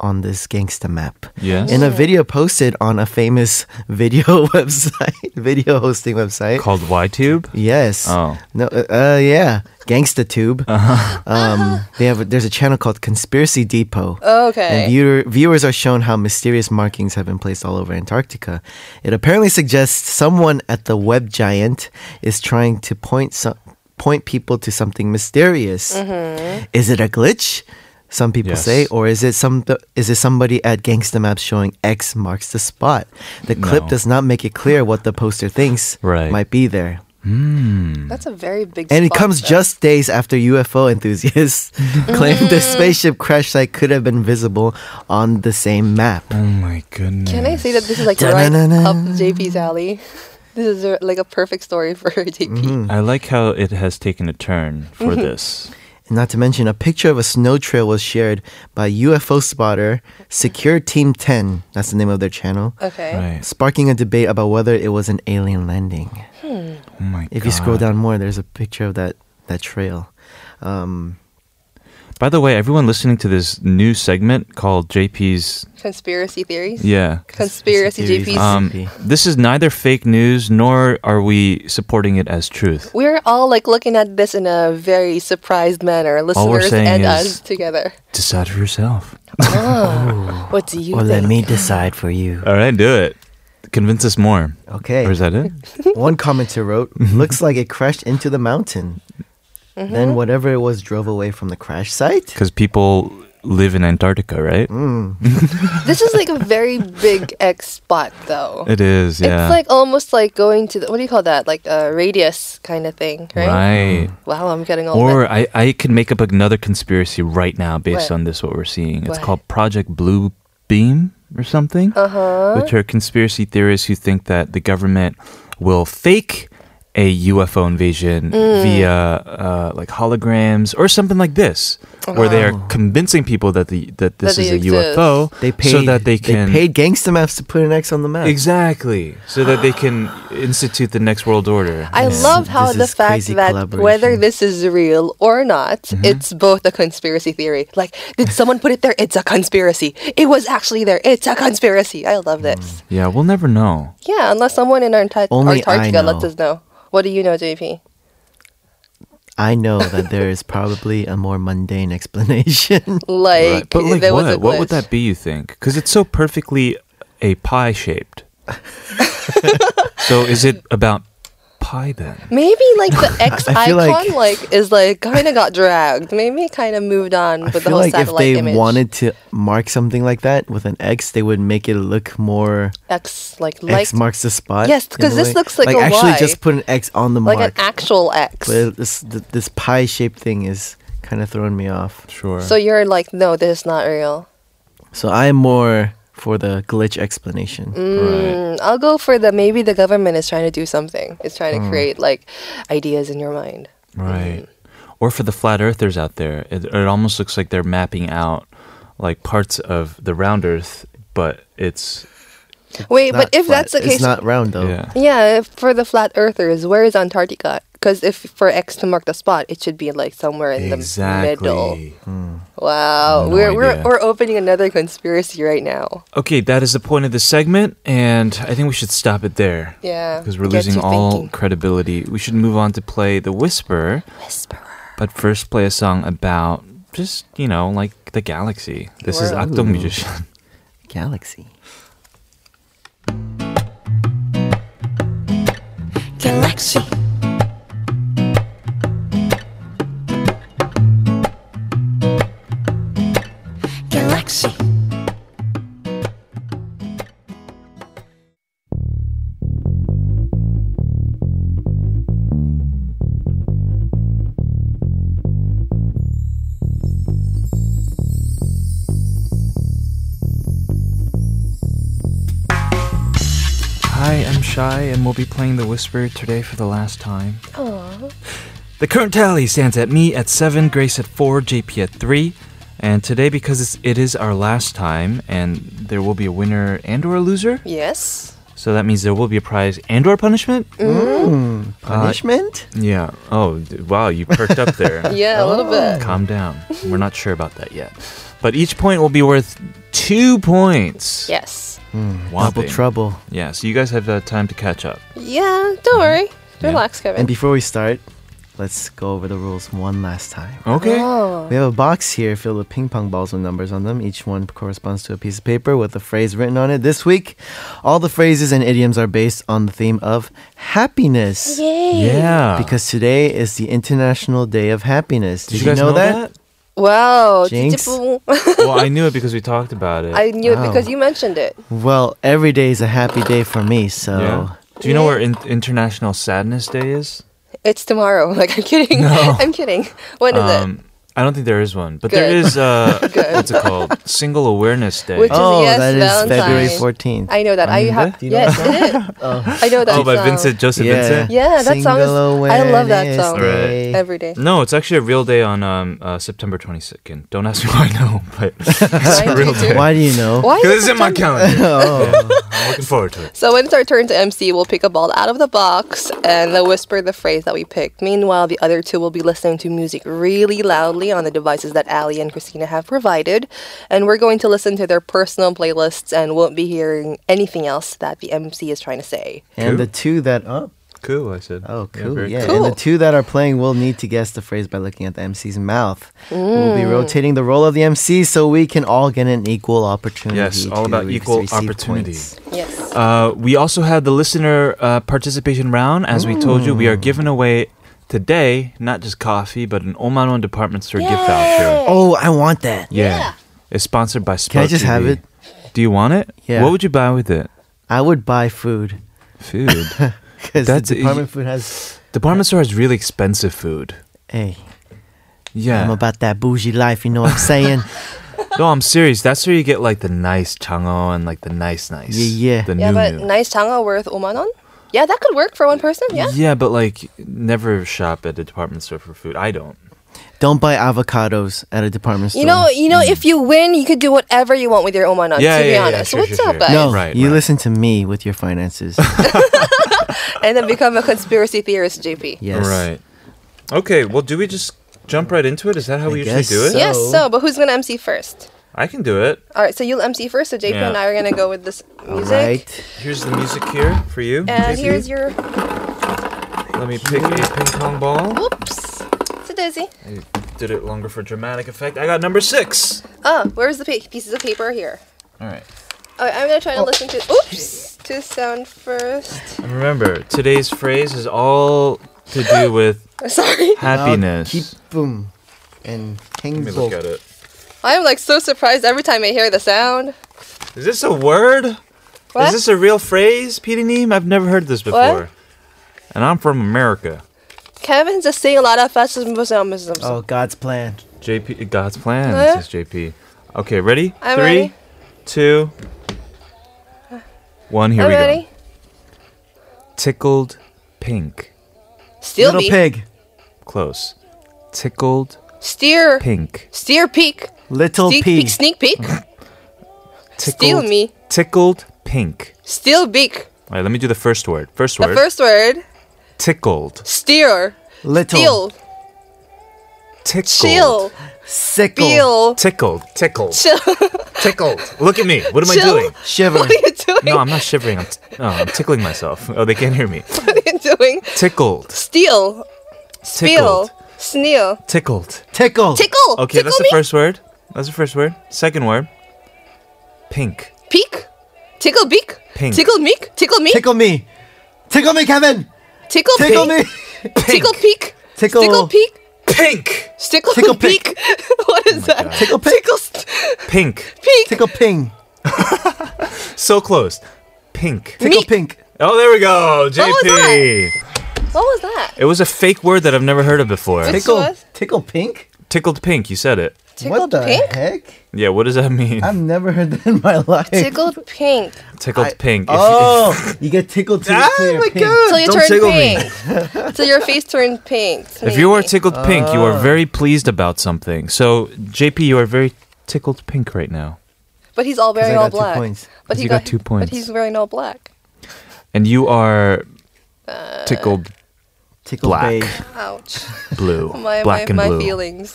Speaker 5: on this gangsta map.
Speaker 2: Yes.
Speaker 5: In a video posted on a famous video website, video hosting website.
Speaker 2: Called Y tube.
Speaker 5: Yes.
Speaker 2: Oh.
Speaker 5: No. Uh, uh, yeah. Gangsta Tube. Um, they have. A, there's a channel called Conspiracy Depot.
Speaker 7: Oh, Okay.
Speaker 5: And viewer, viewers are shown how mysterious markings have been placed all over Antarctica. It apparently suggests someone at the web giant is trying to point some, point people to something mysterious. Is it a glitch? Some people
Speaker 2: Yes.
Speaker 5: say, or is it some? Is it somebody at Gangsta Maps showing X marks the spot? The clip
Speaker 2: No.
Speaker 5: does not make it clear what the poster thinks
Speaker 2: Right.
Speaker 5: might be there.
Speaker 7: That's a very big
Speaker 5: And it
Speaker 7: spot,
Speaker 5: comes
Speaker 7: though.
Speaker 5: just days after UFO enthusiasts claimed the spaceship crash site could have been visible on the same map.
Speaker 2: Oh my goodness.
Speaker 7: Can I say that this is like right
Speaker 5: Da-na-na-na.
Speaker 7: up JP's alley? This is a, like a perfect story for JP.
Speaker 5: Mm-hmm.
Speaker 2: I like how it has taken a turn for this.
Speaker 5: Not to mention, a picture of a snow trail was shared by UFO spotter Secure Team 10, that's the name of their channel,
Speaker 7: Okay.
Speaker 2: Right.
Speaker 5: sparking a debate about whether it was an alien landing.
Speaker 2: Oh my
Speaker 5: If you scroll
Speaker 2: God.
Speaker 5: down more, there's a picture of that, that trail. Um,
Speaker 2: By the way, everyone listening to this new segment called JP's
Speaker 7: Conspiracy theories.
Speaker 2: Yeah.
Speaker 7: Conspiracy Uh.
Speaker 5: Conspiracy
Speaker 7: JPs.
Speaker 5: theories.
Speaker 2: Um,
Speaker 5: Creepy.
Speaker 2: this is neither fake news nor are we supporting it as truth.
Speaker 7: We're all like looking at this in a very surprised manner,
Speaker 2: we're
Speaker 7: listeners
Speaker 2: saying
Speaker 7: and
Speaker 2: is-
Speaker 7: us together.
Speaker 2: Decide for yourself.
Speaker 7: What do you
Speaker 5: well,
Speaker 7: think?
Speaker 5: let me decide for you.
Speaker 2: All right, do it. Convince us more.
Speaker 5: Okay.
Speaker 2: Uh, Or is that Mm-hmm. it?
Speaker 5: One commenter wrote, "Looks like it crashed into the mountain.
Speaker 7: Mm-hmm.
Speaker 5: Then whatever it was drove away from the crash site."
Speaker 2: Because people live in Antarctica, right?
Speaker 7: This is like a very big X spot, though.
Speaker 2: It is, yeah.
Speaker 7: It's like almost like going to the, what do you call that? Like a radius kind of thing, right?
Speaker 2: right.
Speaker 7: Wow, I'm getting all
Speaker 2: Or
Speaker 7: or,
Speaker 2: I, I could make up another conspiracy right now based
Speaker 7: What?
Speaker 2: on this, what we're seeing. It's
Speaker 7: What?
Speaker 2: called Project Blue Beam or something,
Speaker 7: Uh-huh.
Speaker 2: which are conspiracy theorists who think that the government will fake a UFO invasion
Speaker 7: Mm.
Speaker 2: via uh, like holograms or something like this, where they are convincing people that the that this
Speaker 5: That
Speaker 2: is
Speaker 5: they
Speaker 2: a UFO,
Speaker 5: They paid,
Speaker 2: so that they can
Speaker 5: they paid gangsta maps to put an X on the map.
Speaker 2: exactly so that they can institute the next world order.
Speaker 7: I loved how the fact that whether this is real or not, it's both a conspiracy theory. Like, did someone put it there? It's a conspiracy. It was actually there. It's a conspiracy. I love this.
Speaker 2: yeah, we'll never know.
Speaker 7: Yeah, unless someone in Antar-
Speaker 5: Only I
Speaker 7: Antarctica lets
Speaker 5: know.
Speaker 7: us know. What do you know, JP?
Speaker 5: I know that there is probably a more mundane explanation.
Speaker 2: Right,
Speaker 7: Like,
Speaker 2: But like
Speaker 7: there
Speaker 2: what?
Speaker 7: was a
Speaker 2: what would that
Speaker 7: glitch.
Speaker 2: be? You think? Because it's so perfectly a pie shaped. so is it about pie then?
Speaker 7: Maybe like the X
Speaker 2: I
Speaker 7: icon
Speaker 2: feel like-
Speaker 7: like, is like kind of got dragged. Maybe kind of moved on with
Speaker 5: I
Speaker 7: the
Speaker 5: feel
Speaker 7: whole
Speaker 5: like if
Speaker 7: satellite
Speaker 5: they
Speaker 7: image.
Speaker 5: wanted to mark something like that with an X, they would make it look more
Speaker 7: X like like
Speaker 5: X marks the spot.
Speaker 7: Yes,
Speaker 5: in
Speaker 7: 'cause
Speaker 5: a
Speaker 7: this
Speaker 5: way.
Speaker 7: looks like a
Speaker 5: actually
Speaker 7: Y.
Speaker 5: just put an X on the
Speaker 7: like
Speaker 5: mark.
Speaker 7: an actual X.
Speaker 5: but it- this th- this pie shaped thing is kind of throwing me off.
Speaker 2: Sure.
Speaker 7: So you're like, no, this is not real.
Speaker 5: So I'm more for the glitch explanation.
Speaker 7: Mm, I'll go for the maybe the government is trying to do something. It's trying to
Speaker 2: Mm.
Speaker 7: create like ideas in your mind.
Speaker 2: Right. Or for the flat earthers out there, it, it almost looks like they're mapping out like parts of the round Earth, but it's
Speaker 7: Wait, but if that's the case,
Speaker 5: round though.
Speaker 2: Yeah.
Speaker 7: yeah, if for the flat earthers, where is Antarctica? Because if for X to mark the spot, it should be like somewhere in the
Speaker 2: Exactly.
Speaker 7: middle. Wow,
Speaker 2: No
Speaker 7: we're, we're
Speaker 2: idea.
Speaker 7: we're opening another conspiracy right now.
Speaker 2: Okay, that is the point of the segment, and I think we should stop it there.
Speaker 7: Yeah,
Speaker 2: Because we're
Speaker 7: gets
Speaker 2: losing
Speaker 7: you
Speaker 2: all
Speaker 7: thinking.
Speaker 2: credibility. We should move on to play The Whisperer. Whisperer. But first, play a song about just, you know, like the galaxy. This is
Speaker 5: World.
Speaker 2: Octo Musician.
Speaker 5: Galaxy.
Speaker 11: Galaxy. Galaxy.
Speaker 2: Hi, I'm Shy, and we'll be playing The Whisperer today for the last time.
Speaker 7: Aww.
Speaker 2: The current tally stands at me at 7, Grace at 4, JP at 3. And today, because it's, it is our last time, and there will be a winner and or a loser.
Speaker 7: Yes.
Speaker 2: So that means there will be a prize and or punishment.
Speaker 5: Mm.
Speaker 2: Uh,
Speaker 5: Punishment?
Speaker 2: yeah. Oh, d- wow, you perked up there.
Speaker 7: Yeah, a little Oh. bit.
Speaker 2: Calm down. We're not sure about that yet. But each point will be worth two points.
Speaker 7: Yes.
Speaker 5: Double
Speaker 2: Whopping.
Speaker 5: trouble.
Speaker 2: Yeah, so you guys have uh, time to catch up.
Speaker 7: Yeah. Don't worry. Relax, Kevin.
Speaker 5: And before we start, let's go over the rules one last time.
Speaker 2: Okay.
Speaker 7: Oh.
Speaker 5: We have a box here filled with ping pong balls with numbers on them. Each one corresponds to a piece of paper with a phrase written on it. This week, all the phrases and idioms are based on the theme of happiness.
Speaker 7: Yay. Yeah.
Speaker 5: Because today is the International Day of Happiness. Did,
Speaker 2: you guys know
Speaker 7: Wow.
Speaker 5: Jinx.
Speaker 2: well, I knew it because we talked about it.
Speaker 7: I knew it because
Speaker 5: Wow.
Speaker 7: you mentioned it.
Speaker 5: Well, every day is a happy day for me, so.
Speaker 2: Yeah. Do you know where in- International Sadness Day is?
Speaker 7: It's tomorrow. Like I'm kidding.
Speaker 2: No.
Speaker 7: I'm kidding. What is
Speaker 2: um, I don't think there is one, but there
Speaker 7: Good.
Speaker 2: is uh, what's it called? Single Awareness Day.
Speaker 7: it? Which
Speaker 5: Oh,
Speaker 7: is yes,
Speaker 5: that is
Speaker 7: Valentine's.
Speaker 5: February 14th.
Speaker 7: I know that. I have.
Speaker 5: Do you know
Speaker 7: Yes,
Speaker 5: that
Speaker 7: it is. uh, I know that.
Speaker 2: Oh, by
Speaker 7: song.
Speaker 2: Vincent Joseph
Speaker 5: Yeah.
Speaker 2: Vincent.
Speaker 7: Yeah, that song is.
Speaker 5: Single
Speaker 7: I love that
Speaker 5: awareness
Speaker 7: song.
Speaker 2: day.
Speaker 7: Every day.
Speaker 2: No, it's actually a real day on um, uh, September 22nd. Don't ask me why I know, but it's a real day.
Speaker 5: Why do you know?
Speaker 7: Why is
Speaker 2: Because
Speaker 7: it
Speaker 2: it's in my
Speaker 7: September?
Speaker 2: calendar.
Speaker 5: Oh.
Speaker 2: Yeah, I'm looking forward to it.
Speaker 7: So when it's our turn to MC, we'll pick a ball out of the box and they'll whisper the phrase that we picked. Meanwhile, the other two will be listening to music really loudly on the devices that Ali and Christina have provided. And we're going to listen to their personal playlists and won't be hearing anything else that the MC is trying to say.
Speaker 5: And the two that oh
Speaker 2: cool, I said.
Speaker 5: Oh,
Speaker 2: Yeah,
Speaker 5: cool,
Speaker 2: very
Speaker 5: yeah.
Speaker 2: cool.
Speaker 5: And the two that are playing will need to guess the phrase by looking at the MC's mouth. We'll be
Speaker 2: Mm.
Speaker 5: rotating the role of the MC so we can all get an equal opportunity.
Speaker 2: Yes, all
Speaker 5: to
Speaker 2: about
Speaker 5: re-
Speaker 2: equal
Speaker 5: receive
Speaker 2: opportunity.
Speaker 5: points.
Speaker 7: Yes.
Speaker 2: Uh, we also had the listener uh, participation round. As we told you, we are giving away today not just coffee, but an Omaron department store gift voucher.
Speaker 5: Oh, I want that.
Speaker 2: Yeah. It's sponsored by Spoke
Speaker 5: Can I just have it?
Speaker 2: Do you want it?
Speaker 5: Yeah.
Speaker 2: What would you buy with it?
Speaker 5: I would buy food.
Speaker 2: Food.
Speaker 5: Because the department
Speaker 2: e-
Speaker 5: food has.
Speaker 2: Department store has really expensive food.
Speaker 5: Hey.
Speaker 2: Yeah.
Speaker 5: I'm about that bougie life, you know what I'm saying?
Speaker 2: No, I'm serious. That's where you get like the nice chango and like the nice nice.
Speaker 5: Yeah, yeah.
Speaker 2: The
Speaker 7: Yeah,
Speaker 2: new
Speaker 7: but
Speaker 2: new.
Speaker 7: nice tanga worth umanon. Yeah, that could work for one person. Yeah.
Speaker 2: Yeah, but like never shop at a department store for food. I don't.
Speaker 5: Don't buy avocados at a department store.
Speaker 7: You know, you know, if you win, you could do whatever you want with your umanon.
Speaker 5: Mm. Yeah,
Speaker 7: to be
Speaker 5: yeah, yeah,
Speaker 7: honest,
Speaker 5: sure,
Speaker 7: what's
Speaker 5: sure,
Speaker 7: up,
Speaker 5: sure.
Speaker 7: guys?
Speaker 5: No, you listen to me with your finances.
Speaker 7: And then become a conspiracy theorist, JP.
Speaker 5: yes.
Speaker 2: Right. Okay. Well, do we just jump right into it? Is that how we usually
Speaker 5: guess
Speaker 2: do it?
Speaker 7: Yes. So, but who's gonna MC first?
Speaker 2: I can do it.
Speaker 7: All right. So you'll MC first. So JP
Speaker 2: Yeah.
Speaker 7: and I are gonna go with this music.
Speaker 2: Here's the music here for you.
Speaker 7: And
Speaker 2: JP.
Speaker 7: Uh, here's your.
Speaker 2: Let me pick a ping pong ball.
Speaker 7: Oops. It's a daisy.
Speaker 2: I did it longer for dramatic effect. I got number six.
Speaker 7: Oh, where's the pa- pieces of paper here?
Speaker 2: All right.
Speaker 7: All right, I'm gonna
Speaker 2: Oh.
Speaker 7: try to listen to. Oops. To the sound first.
Speaker 2: And remember, today's phrase is all to do with
Speaker 7: Sorry.
Speaker 2: happiness.
Speaker 5: Boom. And
Speaker 2: Let me look at it.
Speaker 7: I am like so surprised every time I hear the sound.
Speaker 2: Is this a word? Is
Speaker 7: What?
Speaker 2: this a real phrase, Petey Neem? I've never heard this before.
Speaker 7: What?
Speaker 2: And I'm from America.
Speaker 7: Kevin's just saying a lot of fascism.
Speaker 5: Oh, God's plan.
Speaker 2: JP, God's plan.
Speaker 7: Huh?
Speaker 2: This is JP. Okay, ready?
Speaker 7: I'm
Speaker 2: Three,
Speaker 7: ready.
Speaker 2: two, one. Here
Speaker 7: I'm
Speaker 2: we
Speaker 7: ready.
Speaker 2: go. Tickled pink.
Speaker 7: Steal me.
Speaker 2: Close. Tickled
Speaker 7: Steer.
Speaker 2: pink.
Speaker 7: Steer peek.
Speaker 5: Little
Speaker 7: Sneak peek. Sneak peek. Steal
Speaker 2: Tickled,
Speaker 7: me.
Speaker 2: Tickled pink.
Speaker 7: Steal beak.
Speaker 2: All right, let me do the first word. First
Speaker 7: The
Speaker 2: word.
Speaker 7: first word.
Speaker 2: Tickled.
Speaker 7: Steer.
Speaker 5: Little.
Speaker 7: Steal.
Speaker 2: Tickled.
Speaker 7: Chill.
Speaker 5: Sickle.
Speaker 7: Feel.
Speaker 2: Tickled. Tickled.
Speaker 7: Chill.
Speaker 2: Tickled. Look at me. What am
Speaker 7: Chill.
Speaker 2: I doing?
Speaker 5: Shiver.
Speaker 7: what are you doing?
Speaker 2: No, I'm not shivering. I'm, t- no, I'm tickling myself. Oh, they can't hear me.
Speaker 7: What are you doing?
Speaker 2: Tickled.
Speaker 7: Steal. Spill.
Speaker 2: Tickled.
Speaker 7: Sneal.
Speaker 2: Tickled.
Speaker 5: Tickle.
Speaker 7: Tickle.
Speaker 2: Okay,
Speaker 7: Oh, Tickle
Speaker 2: that's
Speaker 7: me.
Speaker 2: the first word. That's the first word. Second word. Pink.
Speaker 7: Peek. Tickle beak.
Speaker 2: Pink.
Speaker 7: Tickle meek. Tickle me.
Speaker 5: Tickle me. Tickle me, Kevin.
Speaker 7: Tickle,
Speaker 5: Tickle
Speaker 7: peek.
Speaker 5: me.
Speaker 7: Tickle peek.
Speaker 5: Tickle.
Speaker 7: Tickle peek.
Speaker 2: Pink.
Speaker 7: Stickle
Speaker 5: Tickle
Speaker 7: peek. what
Speaker 2: Oh
Speaker 7: is that?
Speaker 5: Tickle pick.
Speaker 7: Tickle st-
Speaker 2: Pink.
Speaker 7: peek.
Speaker 5: Tickle ping.
Speaker 2: So close. Pink.
Speaker 5: Tickle
Speaker 7: Meek.
Speaker 5: pink.
Speaker 2: Oh, there we go. JP.
Speaker 7: was What was that?
Speaker 2: It was a fake word that I've never heard of before.
Speaker 7: Which
Speaker 5: Tickle.
Speaker 7: was?
Speaker 5: Tickle pink.
Speaker 2: Tickled pink. You said it.
Speaker 7: Tickle
Speaker 5: what the
Speaker 7: pink.
Speaker 5: heck?
Speaker 2: Yeah. What does that mean?
Speaker 5: I've never heard that in my life.
Speaker 7: Tickled pink.
Speaker 2: tickled pink. If-
Speaker 5: Oh, you get tickled to,
Speaker 2: Ah,
Speaker 5: to your
Speaker 2: my
Speaker 5: pink.
Speaker 2: God.
Speaker 7: Till you
Speaker 2: Don't
Speaker 7: turn
Speaker 2: tickle me.
Speaker 7: pink. Till your face turned pink.
Speaker 2: If you are
Speaker 7: maybe.
Speaker 2: tickled pink, you
Speaker 7: Oh.
Speaker 2: are very pleased about something. So, JP, you are very tickled pink right now.
Speaker 7: but he's all wearing
Speaker 5: I
Speaker 7: all black.
Speaker 5: got two points.
Speaker 7: But
Speaker 2: 'Cause you got two
Speaker 7: But
Speaker 2: points.
Speaker 7: he's wearing all black.
Speaker 2: And you are
Speaker 7: Uh,
Speaker 2: tickled
Speaker 5: Tickle
Speaker 2: Black.
Speaker 5: beige.
Speaker 7: Ouch.
Speaker 2: blue.
Speaker 7: My
Speaker 2: black
Speaker 7: my,
Speaker 2: and
Speaker 7: my
Speaker 2: blue.
Speaker 7: feelings.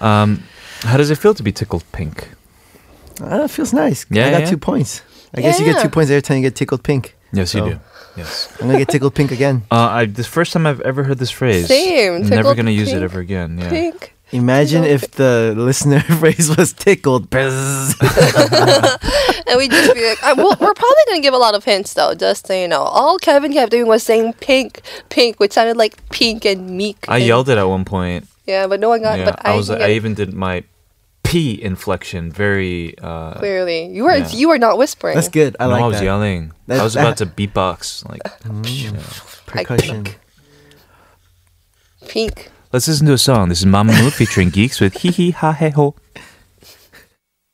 Speaker 2: Um, how does it feel to be tickled pink?
Speaker 5: Ah, it feels nice.
Speaker 2: Yeah,
Speaker 5: I got
Speaker 2: yeah.
Speaker 5: two points. I guess you get
Speaker 7: Yeah.
Speaker 5: two points every time you get tickled pink.
Speaker 2: Yes,
Speaker 5: So,
Speaker 2: you do. Yes.
Speaker 5: I'm gonna get tickled pink again.
Speaker 2: Uh, I, the first time I've ever heard this phrase. I'm
Speaker 7: Same,
Speaker 2: never
Speaker 7: tickled
Speaker 2: going to use it
Speaker 7: pink,
Speaker 2: ever again. Yeah.
Speaker 7: Pink.
Speaker 5: Imagine
Speaker 7: Tickled
Speaker 5: if the listener phrase was tickled. Bzzz.
Speaker 7: And we just be like, I, well, we're probably gonna give a lot of hints though, just so you know. All Kevin kept doing was saying pink, pink, which sounded like pink and meek.
Speaker 2: I
Speaker 7: and-
Speaker 2: yelled it at one point.
Speaker 7: Yeah, but no one got.
Speaker 2: yeah.
Speaker 7: but
Speaker 2: I,
Speaker 7: I,
Speaker 2: was.
Speaker 7: didn't
Speaker 2: I
Speaker 7: get-
Speaker 2: even did my P inflection very. Uh,
Speaker 7: clearly you were
Speaker 2: Yeah.
Speaker 7: you were not whispering.
Speaker 5: That's good. I
Speaker 2: no, I
Speaker 5: like
Speaker 2: was
Speaker 5: that.
Speaker 2: yelling. I
Speaker 5: That-
Speaker 2: was about to beatbox. Like,
Speaker 5: Percussion.
Speaker 7: Pink.
Speaker 2: let's listen to a song. This is Mamamoo featuring Geeks with Hee Hee Ha He Ho.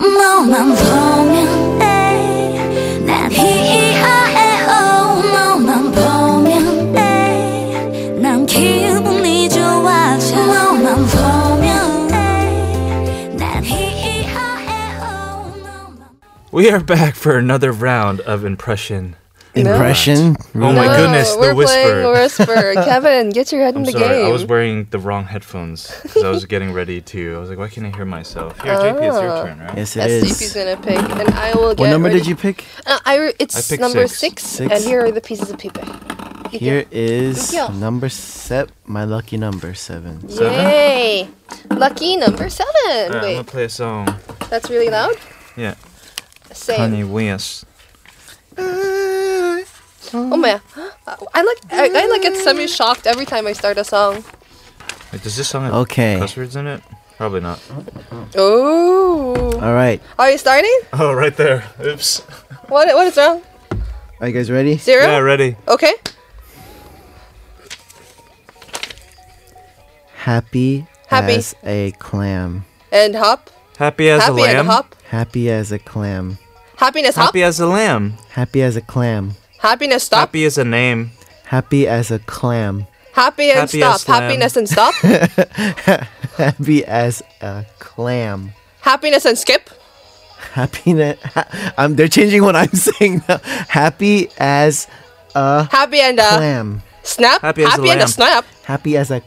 Speaker 1: 너만 보면 돼. 난
Speaker 4: e,
Speaker 1: 희희하해요. 너만 보면 돼. 난 기분이 좋아져. 너만 보면 돼. 난
Speaker 4: e,
Speaker 1: 희희하해요. 너만
Speaker 2: We are back for another round of impression.
Speaker 5: Impression.
Speaker 2: Oh my
Speaker 7: No,
Speaker 2: goodness,
Speaker 7: we're
Speaker 2: the whisper.
Speaker 7: playing whisper. Kevin, get your head in
Speaker 2: I'm
Speaker 7: the
Speaker 2: sorry,
Speaker 7: game.
Speaker 2: I was wearing the wrong headphones because I was getting ready to. I was like, why can't I hear myself? Here, JP, it's your
Speaker 7: Oh.
Speaker 2: turn, right?
Speaker 5: Yes, it
Speaker 7: That's
Speaker 5: is.
Speaker 7: JP's gonna pick, and I will get.
Speaker 5: What number
Speaker 7: ready.
Speaker 5: did you pick?
Speaker 7: Uh, I, it's
Speaker 2: I picked
Speaker 7: number
Speaker 2: six.
Speaker 7: six.
Speaker 5: Six.
Speaker 7: and here are the pieces of paper.
Speaker 5: Here is
Speaker 7: Yeah.
Speaker 5: number set. My lucky number seven.
Speaker 7: Yay! Lucky number seven.
Speaker 2: Alright, I'm
Speaker 7: Wait,
Speaker 2: gonna play a song.
Speaker 7: that's really loud.
Speaker 2: Yeah,
Speaker 7: Same.
Speaker 2: Kanye West.
Speaker 7: Oh my! I like I, I like get semi shocked every time I start a song.
Speaker 2: Wait, does this song have
Speaker 5: Okay.
Speaker 2: cuss words in it? Probably not.
Speaker 7: Oh.
Speaker 5: All right.
Speaker 7: Are you starting?
Speaker 2: Oh, right there. Oops.
Speaker 7: What what is wrong?
Speaker 5: Are you guys ready?
Speaker 7: Zero.
Speaker 2: Yeah, ready.
Speaker 7: Okay.
Speaker 5: Happy,
Speaker 7: Happy.
Speaker 5: as a clam.
Speaker 7: And hop.
Speaker 2: Happy as
Speaker 7: Happy
Speaker 2: a
Speaker 7: as a
Speaker 2: lamb.
Speaker 7: hop?
Speaker 5: Happy as a clam.
Speaker 7: Happiness hop.
Speaker 2: Happy as a lamb.
Speaker 5: Happy as a clam.
Speaker 7: Happiness stop.
Speaker 2: Happy as a name.
Speaker 5: Happy as a clam.
Speaker 7: Happy and
Speaker 2: Happy
Speaker 7: stop.
Speaker 2: as lamb.
Speaker 7: Happiness and stop.
Speaker 5: Happy as a clam.
Speaker 7: Happiness and skip.
Speaker 5: Happiness. Ha- um, they're changing what I'm saying now. Happy as a
Speaker 7: Happy and uh,
Speaker 5: clam.
Speaker 7: snap.
Speaker 5: Happy as a
Speaker 7: and
Speaker 5: lamb.
Speaker 7: snap.
Speaker 5: Happy as a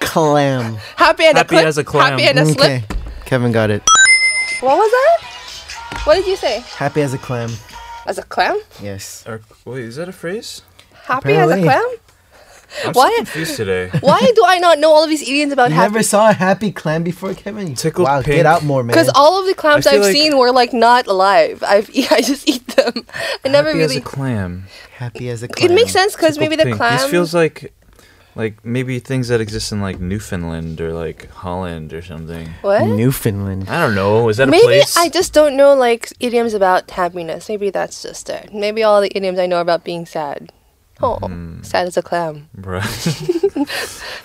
Speaker 5: clam. Mm,
Speaker 7: Happy and
Speaker 2: Happy
Speaker 7: a clip.
Speaker 2: as a clam.
Speaker 7: Happy and a slip.
Speaker 5: Okay. Kevin got it.
Speaker 7: What was that? What did you say?
Speaker 5: Happy as a clam.
Speaker 7: As a clam?
Speaker 5: Yes.
Speaker 2: Or, wait, is that a phrase?
Speaker 7: Happy as
Speaker 5: Apparently.
Speaker 7: a clam?
Speaker 2: I'm
Speaker 7: Why-
Speaker 2: so confused today.
Speaker 7: Why do I not know all of these idioms about
Speaker 5: You
Speaker 7: happy?
Speaker 5: never saw a happy clam before, Kevin?
Speaker 2: Tickled
Speaker 5: wow,
Speaker 2: pink.
Speaker 5: get out more, man.
Speaker 7: Because all of the clams
Speaker 2: I feel
Speaker 7: I've
Speaker 2: like-
Speaker 7: seen were like not alive. I've e, I just eat them. I never
Speaker 2: Happy as
Speaker 7: really.
Speaker 2: a clam. Oh,
Speaker 5: happy as a clam.
Speaker 7: It makes sense because maybe the
Speaker 2: Pink.
Speaker 7: clams.
Speaker 2: These feels like, like maybe things that exist in like Newfoundland or like Holland or something.
Speaker 7: what?
Speaker 5: Newfoundland.
Speaker 2: I don't know. Is that a
Speaker 7: Maybe
Speaker 2: place?
Speaker 7: I just don't know like idioms about happiness. Maybe that's just it. Maybe all the idioms I know about being sad. Oh,
Speaker 2: Hmm.
Speaker 7: sad as a clam.
Speaker 2: Bruh.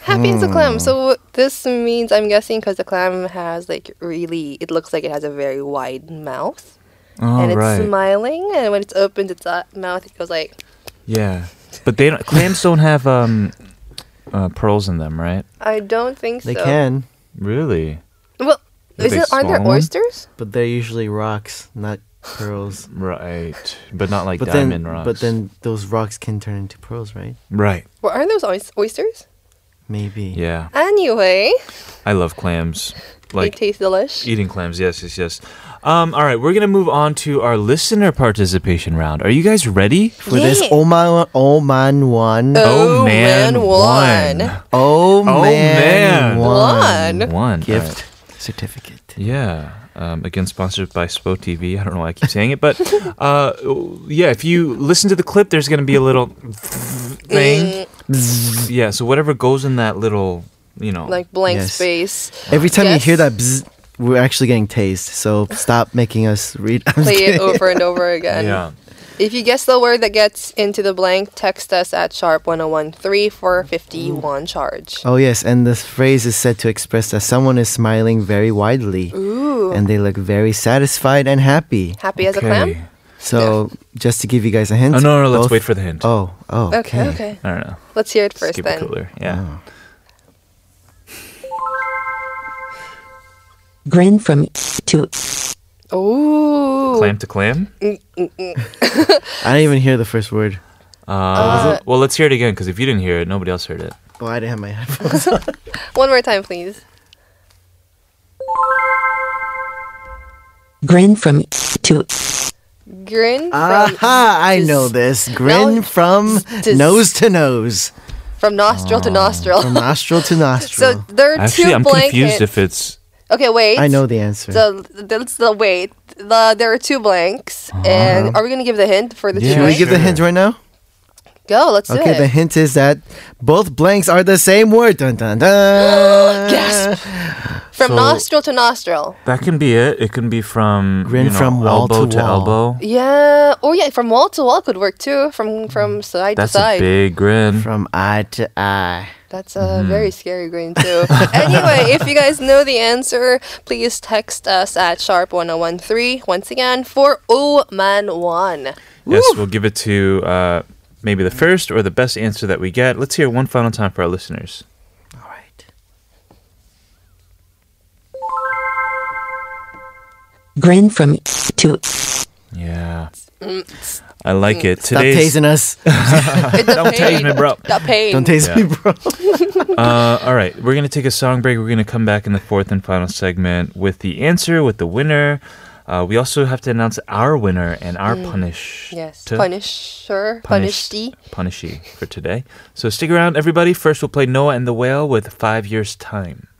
Speaker 7: Happy as a
Speaker 2: Hmm.
Speaker 7: clam. So this means I'm guessing because the clam has like really, it looks like it has a very wide mouth and
Speaker 2: All
Speaker 7: it's
Speaker 2: right.
Speaker 7: smiling. And when it's opens its uh, mouth, it goes like
Speaker 2: yeah, but they don't. Clams don't have um, uh, pearls in them, right?
Speaker 7: I don't think
Speaker 5: They
Speaker 7: so.
Speaker 5: can,
Speaker 2: Really?
Speaker 7: Well,
Speaker 2: The
Speaker 7: is
Speaker 2: big
Speaker 7: it, aren't there
Speaker 2: small one?
Speaker 7: oysters?
Speaker 5: but they're usually rocks, not pearls.
Speaker 2: Right, but not like
Speaker 5: But
Speaker 2: diamond
Speaker 5: then,
Speaker 2: rocks.
Speaker 5: but then those rocks can turn into pearls, right?
Speaker 2: right?
Speaker 7: Well, aren't those oys- oysters?
Speaker 5: Maybe.
Speaker 2: Yeah,
Speaker 7: Anyway,
Speaker 2: I love clams. Like
Speaker 7: they taste delish.
Speaker 2: Eating clams, yes, yes, yes. Um, all right, we're gonna move on to our listener participation round. Are you guys ready?
Speaker 5: For this
Speaker 7: Yeah.
Speaker 5: Oman Oman one.
Speaker 7: Oh, man, one.
Speaker 5: Oh,
Speaker 2: Oh man,
Speaker 5: man, one.
Speaker 7: One.
Speaker 2: One All
Speaker 5: Gift
Speaker 2: right.
Speaker 5: certificate.
Speaker 2: Yeah. Um, again, sponsored by SPO TV. I don't know why I keep saying it, but uh, yeah, if you listen to the clip, there's gonna be a little thing. yeah. So whatever goes in that little, you know,
Speaker 7: Eh. Like blank
Speaker 5: Yes.
Speaker 7: space.
Speaker 5: Every time
Speaker 7: Yes.
Speaker 5: you hear that, bzz, we're actually getting tased. So stop making us read. I'm just
Speaker 7: Play it
Speaker 5: kidding.
Speaker 7: over and over again.
Speaker 2: yeah.
Speaker 7: If you guess the word that gets into the blank, text us at sharp 1013 for 51 charge.
Speaker 5: Oh yes, and this phrase is said to express that someone is smiling very widely,
Speaker 7: Ooh.
Speaker 5: and they look very satisfied and happy.
Speaker 7: Happy as a
Speaker 2: Okay.
Speaker 7: clam?
Speaker 5: So just to give you guys a hint.
Speaker 2: Oh no, no, no, let's wait
Speaker 5: both-
Speaker 2: for the hint.
Speaker 5: Oh, oh.
Speaker 7: Okay, okay.
Speaker 2: I don't know.
Speaker 7: Let's hear it first
Speaker 2: Skip
Speaker 7: then.
Speaker 2: it cooler. Yeah.
Speaker 12: Grin from to
Speaker 5: Oh.
Speaker 7: Ooh.
Speaker 2: Clam to clam.
Speaker 5: I didn't even hear the first word.
Speaker 2: Uh, well, let's hear it again because if you didn't hear it, nobody else heard it.
Speaker 5: Oh, I didn't have my headphones.
Speaker 7: One more time, please.
Speaker 12: grin from to
Speaker 7: Grin
Speaker 5: Aha! I
Speaker 7: just-
Speaker 5: know this. Grin
Speaker 7: No,
Speaker 5: from
Speaker 7: just-
Speaker 5: nose to nose,
Speaker 7: from, from nostril to nostril.
Speaker 5: from nostril to nostril.
Speaker 7: so there are
Speaker 2: Actually,
Speaker 7: two
Speaker 2: I'm
Speaker 7: blank
Speaker 2: confused
Speaker 7: hints.
Speaker 2: if it's
Speaker 7: Okay, wait.
Speaker 5: I know the answer.
Speaker 7: So that's the wait. The, there are two blanks, and are we gonna give the hint for the
Speaker 2: Uh-huh. Yeah.
Speaker 7: two
Speaker 5: Should we
Speaker 7: blanks?
Speaker 5: give the hint right now?
Speaker 7: Go, let's do
Speaker 5: Okay,
Speaker 7: it.
Speaker 5: the hint is that both blanks are the same word. Dun dun dun.
Speaker 7: Gasp. From
Speaker 2: So-
Speaker 7: nostril to nostril.
Speaker 2: that can be it. It can be from
Speaker 5: Grin
Speaker 2: you know,
Speaker 5: from wall
Speaker 2: elbow
Speaker 5: to
Speaker 2: to,
Speaker 5: wall.
Speaker 2: elbow.
Speaker 7: Yeah, or yeah, from wall to wall could work too. From from side
Speaker 2: Mm. That's
Speaker 7: to
Speaker 2: a
Speaker 7: side.
Speaker 2: big Mm-hmm. grin.
Speaker 5: From eye to eye.
Speaker 7: That's a very scary grin too. anyway, if you guys know the answer, please text us at sharp one zero one three once again for O Man One.
Speaker 2: yes, we'll give it to uh, maybe the first or the best answer that we get. Let's hear it one final time for our listeners.
Speaker 5: All right.
Speaker 12: grin from to
Speaker 2: Yeah, I like it.
Speaker 5: Stop
Speaker 2: Today's
Speaker 5: tasing us.
Speaker 2: don't tase me, bro.
Speaker 7: That pain.
Speaker 5: Don't tase
Speaker 2: Yeah.
Speaker 5: me, bro.
Speaker 2: Uh, all right, we're gonna take a song break. We're gonna come back in the fourth and final segment with the answer, with the winner. Uh, we also have to announce our winner and our punish.
Speaker 7: Mm. Yes,
Speaker 2: to-
Speaker 7: punisher,
Speaker 2: punished-
Speaker 7: punishy.
Speaker 2: punishy for today. So stick around, everybody. First, we'll play Noah and the Whale with Five Years Time.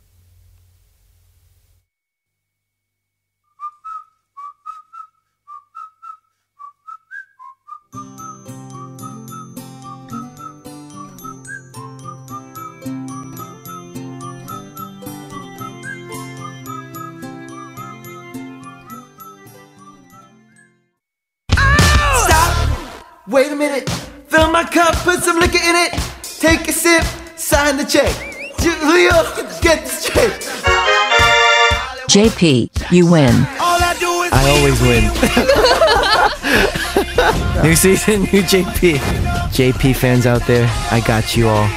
Speaker 5: Wait a minute. Fill my cup, put some liquor in it. Take a sip, sign the check. Julio, get this check.
Speaker 12: JP, you win.
Speaker 5: I always win. new season, new JP. JP fans out there, I got you all.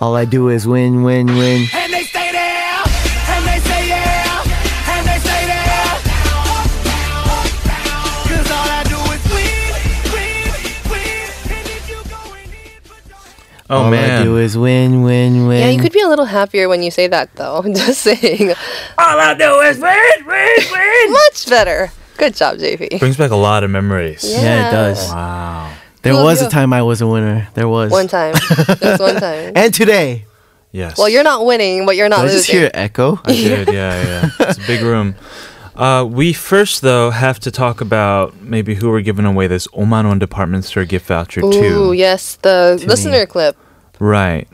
Speaker 5: All I do is win, win, win.
Speaker 3: And they stay there, and they stay there, and they stay there. 'Cause all I do is win, win, win.
Speaker 2: Oh
Speaker 5: all
Speaker 2: man.
Speaker 5: I do is win, win, win.
Speaker 7: Yeah, you could be a little happier when you say that, though. Just saying.
Speaker 3: All I do is win, win, win.
Speaker 7: Much better. Good job, JP.
Speaker 2: Brings back a lot of memories.
Speaker 7: Yeah, it Yeah. does.
Speaker 2: Wow.
Speaker 5: There
Speaker 7: Love
Speaker 5: was a
Speaker 7: you.
Speaker 5: time I was a winner. There was.
Speaker 7: One time. Just one time.
Speaker 5: And today.
Speaker 2: Yes.
Speaker 7: Well, you're not winning, but you're not
Speaker 5: Did I just
Speaker 7: losing.
Speaker 5: hear an echo?
Speaker 2: I did, yeah, yeah. It's a big room. Uh, we first, though, have to talk about maybe who we're giving away this Oman One department store gift voucher
Speaker 7: Ooh,
Speaker 2: to.
Speaker 7: yes, the
Speaker 2: To
Speaker 7: listener
Speaker 2: me.
Speaker 7: clip.
Speaker 2: Right.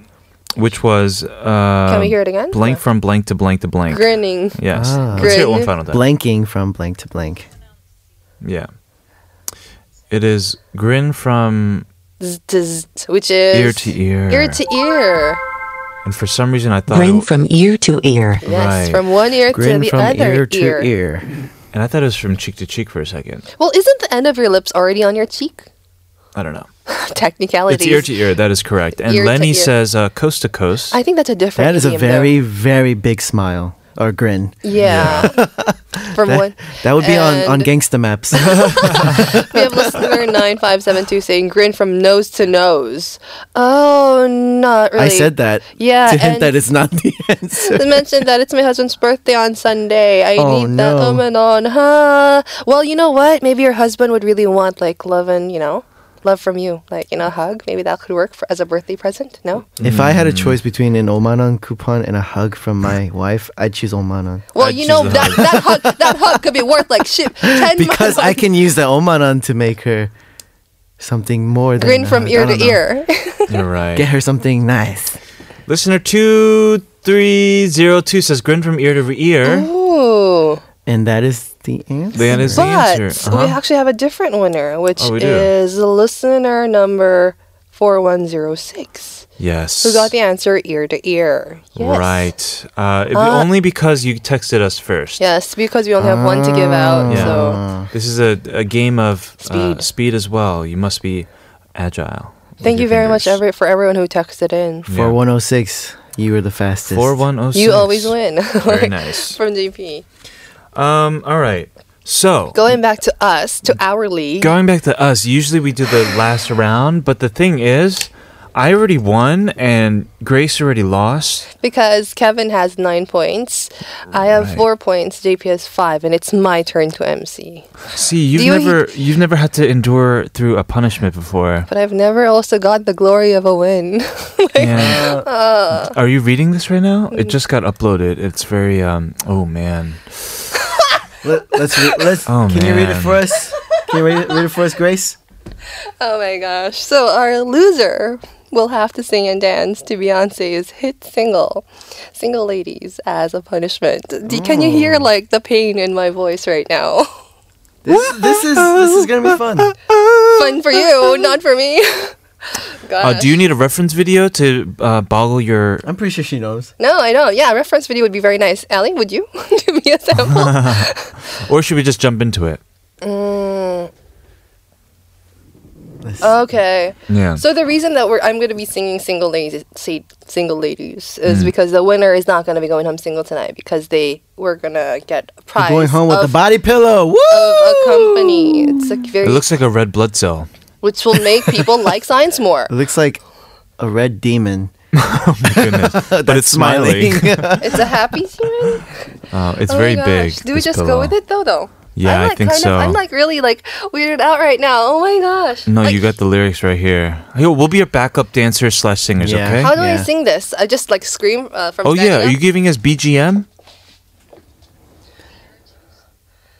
Speaker 2: Which was. Uh,
Speaker 7: Can we hear it again?
Speaker 2: Blank from blank to blank to blank.
Speaker 7: Grinning.
Speaker 2: Yes.
Speaker 5: Ah.
Speaker 2: Let's hear it one final time.
Speaker 5: Blanking from blank to blank.
Speaker 2: Yeah. It is Grin from
Speaker 7: Zzz, zzz, which is
Speaker 2: Ear to Ear.
Speaker 7: ear to ear.
Speaker 2: And for some reason, I thought.
Speaker 12: Grin
Speaker 2: it,
Speaker 12: from ear to ear.
Speaker 7: Yes,
Speaker 2: Right.
Speaker 7: from one ear
Speaker 5: Grin
Speaker 7: to the
Speaker 5: from
Speaker 7: other
Speaker 5: ear to ear.
Speaker 2: and I thought it was from cheek to cheek for a second.
Speaker 7: Well, isn't the end of your lips already on your cheek?
Speaker 2: I don't know. It's
Speaker 7: Technicalities.
Speaker 2: ear to ear. That is correct. And
Speaker 7: Ear to
Speaker 2: Lenny
Speaker 7: ear.
Speaker 2: says uh, coast to coast.
Speaker 7: I think that's a different.
Speaker 5: That is a
Speaker 7: idiom, though.
Speaker 5: very, very big smile or grin.
Speaker 7: Yeah. from one,
Speaker 5: That would be on, on
Speaker 7: And-
Speaker 5: gangsta maps.
Speaker 7: we have listener nine five seven two saying grin from nose to nose. Oh, not really.
Speaker 5: I said that
Speaker 7: Yeah,
Speaker 5: to hint
Speaker 7: and-
Speaker 5: that it's not the answer.
Speaker 7: They mentioned that it's my husband's birthday on Sunday. I
Speaker 5: Oh,
Speaker 7: need
Speaker 5: no.
Speaker 7: that woman on, huh? Well, you know what? Maybe your husband would really want like love and you know, love from you, like you know, a hug. Maybe that could work for, as a birthday present. No.
Speaker 5: If I had a choice between an Omanon coupon and a hug from my wife, I'd choose Omanon.
Speaker 7: Well,
Speaker 2: I'd choose
Speaker 7: you know
Speaker 2: the
Speaker 7: that that hug that hug could be worth like shit ten
Speaker 5: Because I
Speaker 7: months.
Speaker 5: can use the Omanon to make her something more than
Speaker 7: Grin
Speaker 5: a
Speaker 7: from
Speaker 5: hug.
Speaker 7: ear
Speaker 5: I
Speaker 7: to
Speaker 5: don't know.
Speaker 7: ear.
Speaker 2: You're right.
Speaker 5: Get her something nice.
Speaker 2: Listener 2302 says grin from ear to ear.
Speaker 7: Ooh.
Speaker 5: And that is the answer.
Speaker 2: That is the
Speaker 7: But
Speaker 2: answer.
Speaker 7: we
Speaker 2: Uh-huh.
Speaker 7: actually have a different winner, which
Speaker 2: Oh, we do.
Speaker 7: is listener number four one zero six,
Speaker 2: Yes.
Speaker 7: who got the answer ear to ear. Yes.
Speaker 2: Right. Uh, it-
Speaker 7: Uh,
Speaker 2: only because you texted us first.
Speaker 7: Yes, because we only have one to give out.
Speaker 2: Ah. Yeah.
Speaker 7: So
Speaker 2: This is a, a game of Uh,
Speaker 7: Ah. Speed.
Speaker 2: speed as well. You must be agile. with
Speaker 7: thank you
Speaker 2: your
Speaker 7: very much
Speaker 2: fingers.
Speaker 7: every, for everyone who texted in.
Speaker 2: Yeah.
Speaker 5: 4106, you were the fastest.
Speaker 2: 4106.
Speaker 7: You always win.
Speaker 2: Very nice.
Speaker 7: From JP.
Speaker 2: Um, all right. So,
Speaker 7: Going back to us, to our league.
Speaker 2: going back to us, usually we do the last round, but the thing is, I already won and Grace already lost.
Speaker 7: because Kevin has nine points, I
Speaker 2: Right.
Speaker 7: have four points, JP has five, and it's my turn to MC.
Speaker 2: See, you've
Speaker 7: Do you-
Speaker 2: never you've never had to endure through a punishment before.
Speaker 7: But I've never also got the glory of a win.
Speaker 2: Yeah.
Speaker 7: Uh.
Speaker 2: Are you reading this right now? It just got uploaded. It's very um oh man.
Speaker 5: Let, let's re- let's.
Speaker 2: Oh,
Speaker 5: can you read
Speaker 2: man.
Speaker 5: it for us? Can you read it, read it for us, Grace?
Speaker 7: oh my gosh. So our loser will have to sing and dance to Beyonce's hit single, Single Ladies, as a punishment. D- Can you
Speaker 5: Oh.
Speaker 7: hear like the pain in my voice right now?
Speaker 5: This, this is this is gonna be fun.
Speaker 7: Fun for you, not for me.
Speaker 2: Uh,
Speaker 7: Gosh.
Speaker 2: do you need a reference video to uh, boggle your
Speaker 5: I'm pretty sure she knows.
Speaker 7: no, I know. Yeah, reference video would be very nice. Allie, would you give me a sample?
Speaker 2: or should we just jump into it?
Speaker 7: Mm. Okay.
Speaker 2: Yeah.
Speaker 7: So the reason that we're I'm going to be singing single ladies, say, single ladies, is
Speaker 5: Mm-hmm.
Speaker 7: because the winner is not going to be going home single tonight because they were going to get a prize.
Speaker 5: Going home with
Speaker 7: of,
Speaker 5: the body pillow. Woo!
Speaker 7: of a company. It's like very
Speaker 2: it looks like a red blood cell.
Speaker 7: which will make people like science more.
Speaker 5: It looks like a red demon,
Speaker 2: Goodness. but it's smiling.
Speaker 7: It's a happy human.
Speaker 2: Uh, it's
Speaker 7: Oh my
Speaker 2: very
Speaker 7: gosh.
Speaker 2: big.
Speaker 7: Do we
Speaker 2: this
Speaker 7: just
Speaker 2: pillow.
Speaker 7: go with it though? Though.
Speaker 2: Yeah,
Speaker 7: I'm
Speaker 2: I
Speaker 7: like
Speaker 2: think
Speaker 7: kind
Speaker 2: so.
Speaker 7: Of, I'm like really like weirded out right now. Oh my gosh.
Speaker 2: No,
Speaker 7: Like,
Speaker 2: you got the lyrics right here. Yo, we'll be your backup dancer slash singers,
Speaker 5: Yeah.
Speaker 2: okay?
Speaker 7: How do I
Speaker 5: Yeah.
Speaker 7: sing this? I just like scream uh, from.
Speaker 2: oh yeah,
Speaker 7: standing
Speaker 2: are
Speaker 7: up?
Speaker 2: you giving us BGM?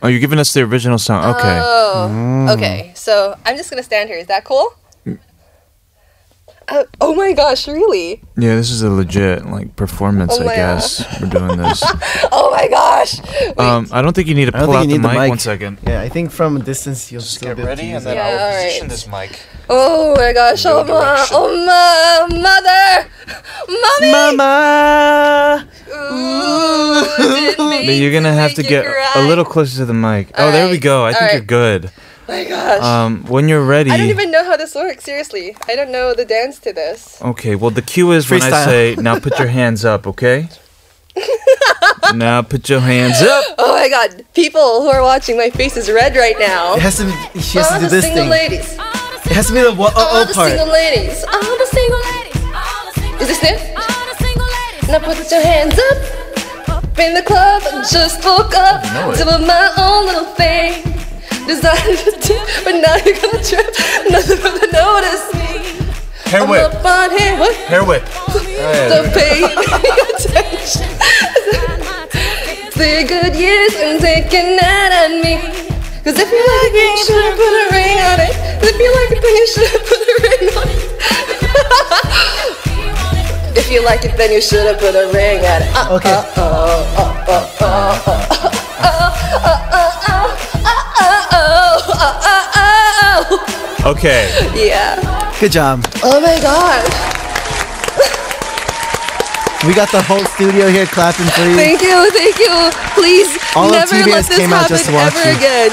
Speaker 2: Oh, you're giving us the original song. Okay. Mm.
Speaker 7: Oh, okay. So I'm just gonna stand here. Is that cool? Uh, oh my gosh, really?
Speaker 2: Yeah, this is a legit like performance.
Speaker 7: Oh
Speaker 2: I
Speaker 7: my God.
Speaker 2: guess we're doing this.
Speaker 7: Oh my gosh.
Speaker 2: um, I don't think you need to
Speaker 5: I don't
Speaker 2: pull out the
Speaker 5: think you
Speaker 2: mic.
Speaker 5: need the mic.
Speaker 2: One second.
Speaker 5: Yeah, I think from a distance you'll still
Speaker 2: Get
Speaker 5: be able
Speaker 2: ready,
Speaker 5: to
Speaker 2: and
Speaker 5: use
Speaker 2: then
Speaker 5: it.
Speaker 7: Yeah,
Speaker 2: I'll
Speaker 7: all
Speaker 2: position
Speaker 7: right.
Speaker 2: this mic.
Speaker 7: Oh my gosh. Oh my. Oh my mother. Mommy.
Speaker 5: Mama.
Speaker 7: Ooh,
Speaker 2: But
Speaker 7: did me.
Speaker 2: you're gonna have to get a little closer to the mic. oh, there we go. I think
Speaker 7: Alright.
Speaker 2: you're good.
Speaker 7: my gosh.
Speaker 2: Um, when you're ready.
Speaker 7: I don't even know how this works. Seriously, I don't know the dance to this.
Speaker 2: Okay, well, the cue is when I
Speaker 5: Freestyle.
Speaker 2: say, now put your hands up, okay? now put your hands up.
Speaker 7: Oh my god, people who are watching, my face is red right now.
Speaker 5: It has to. Be, she has
Speaker 7: All
Speaker 5: to do
Speaker 7: the
Speaker 5: this
Speaker 7: single
Speaker 5: thing.
Speaker 7: ladies,
Speaker 5: It has to be the wa-
Speaker 7: all
Speaker 5: oh
Speaker 7: the
Speaker 5: oh part.
Speaker 7: single ladies, all the single ladies. Is this it? Now put your hands up, up in the club, just woke up,
Speaker 2: know it.
Speaker 7: doing my own little thing. Decided to tip, but now you're gonna trip, nothing gonna notice me.
Speaker 2: Hair
Speaker 7: I'm
Speaker 2: whip,
Speaker 7: up on here, what?
Speaker 2: hair whip.
Speaker 7: So pay attention. Three good years and taking that at me. Cause if you like it, you should have put a ring on it. If you like it, then you should have put a ring on it. if you like it, then you should have put a ring on it. Uh,
Speaker 5: Okay.
Speaker 7: Uh, oh, oh, oh, oh, oh, oh, oh, oh, oh, oh, oh, oh, oh, oh, oh.
Speaker 2: Okay,
Speaker 7: Yeah.
Speaker 5: Good job.
Speaker 7: Oh my gosh.
Speaker 5: We got the whole studio here clapping for you.
Speaker 7: Thank you, thank you. Please
Speaker 5: All of
Speaker 7: never let
Speaker 5: TBS
Speaker 7: this
Speaker 5: came out
Speaker 7: happen
Speaker 5: just to watch
Speaker 7: ever
Speaker 5: you.
Speaker 7: again.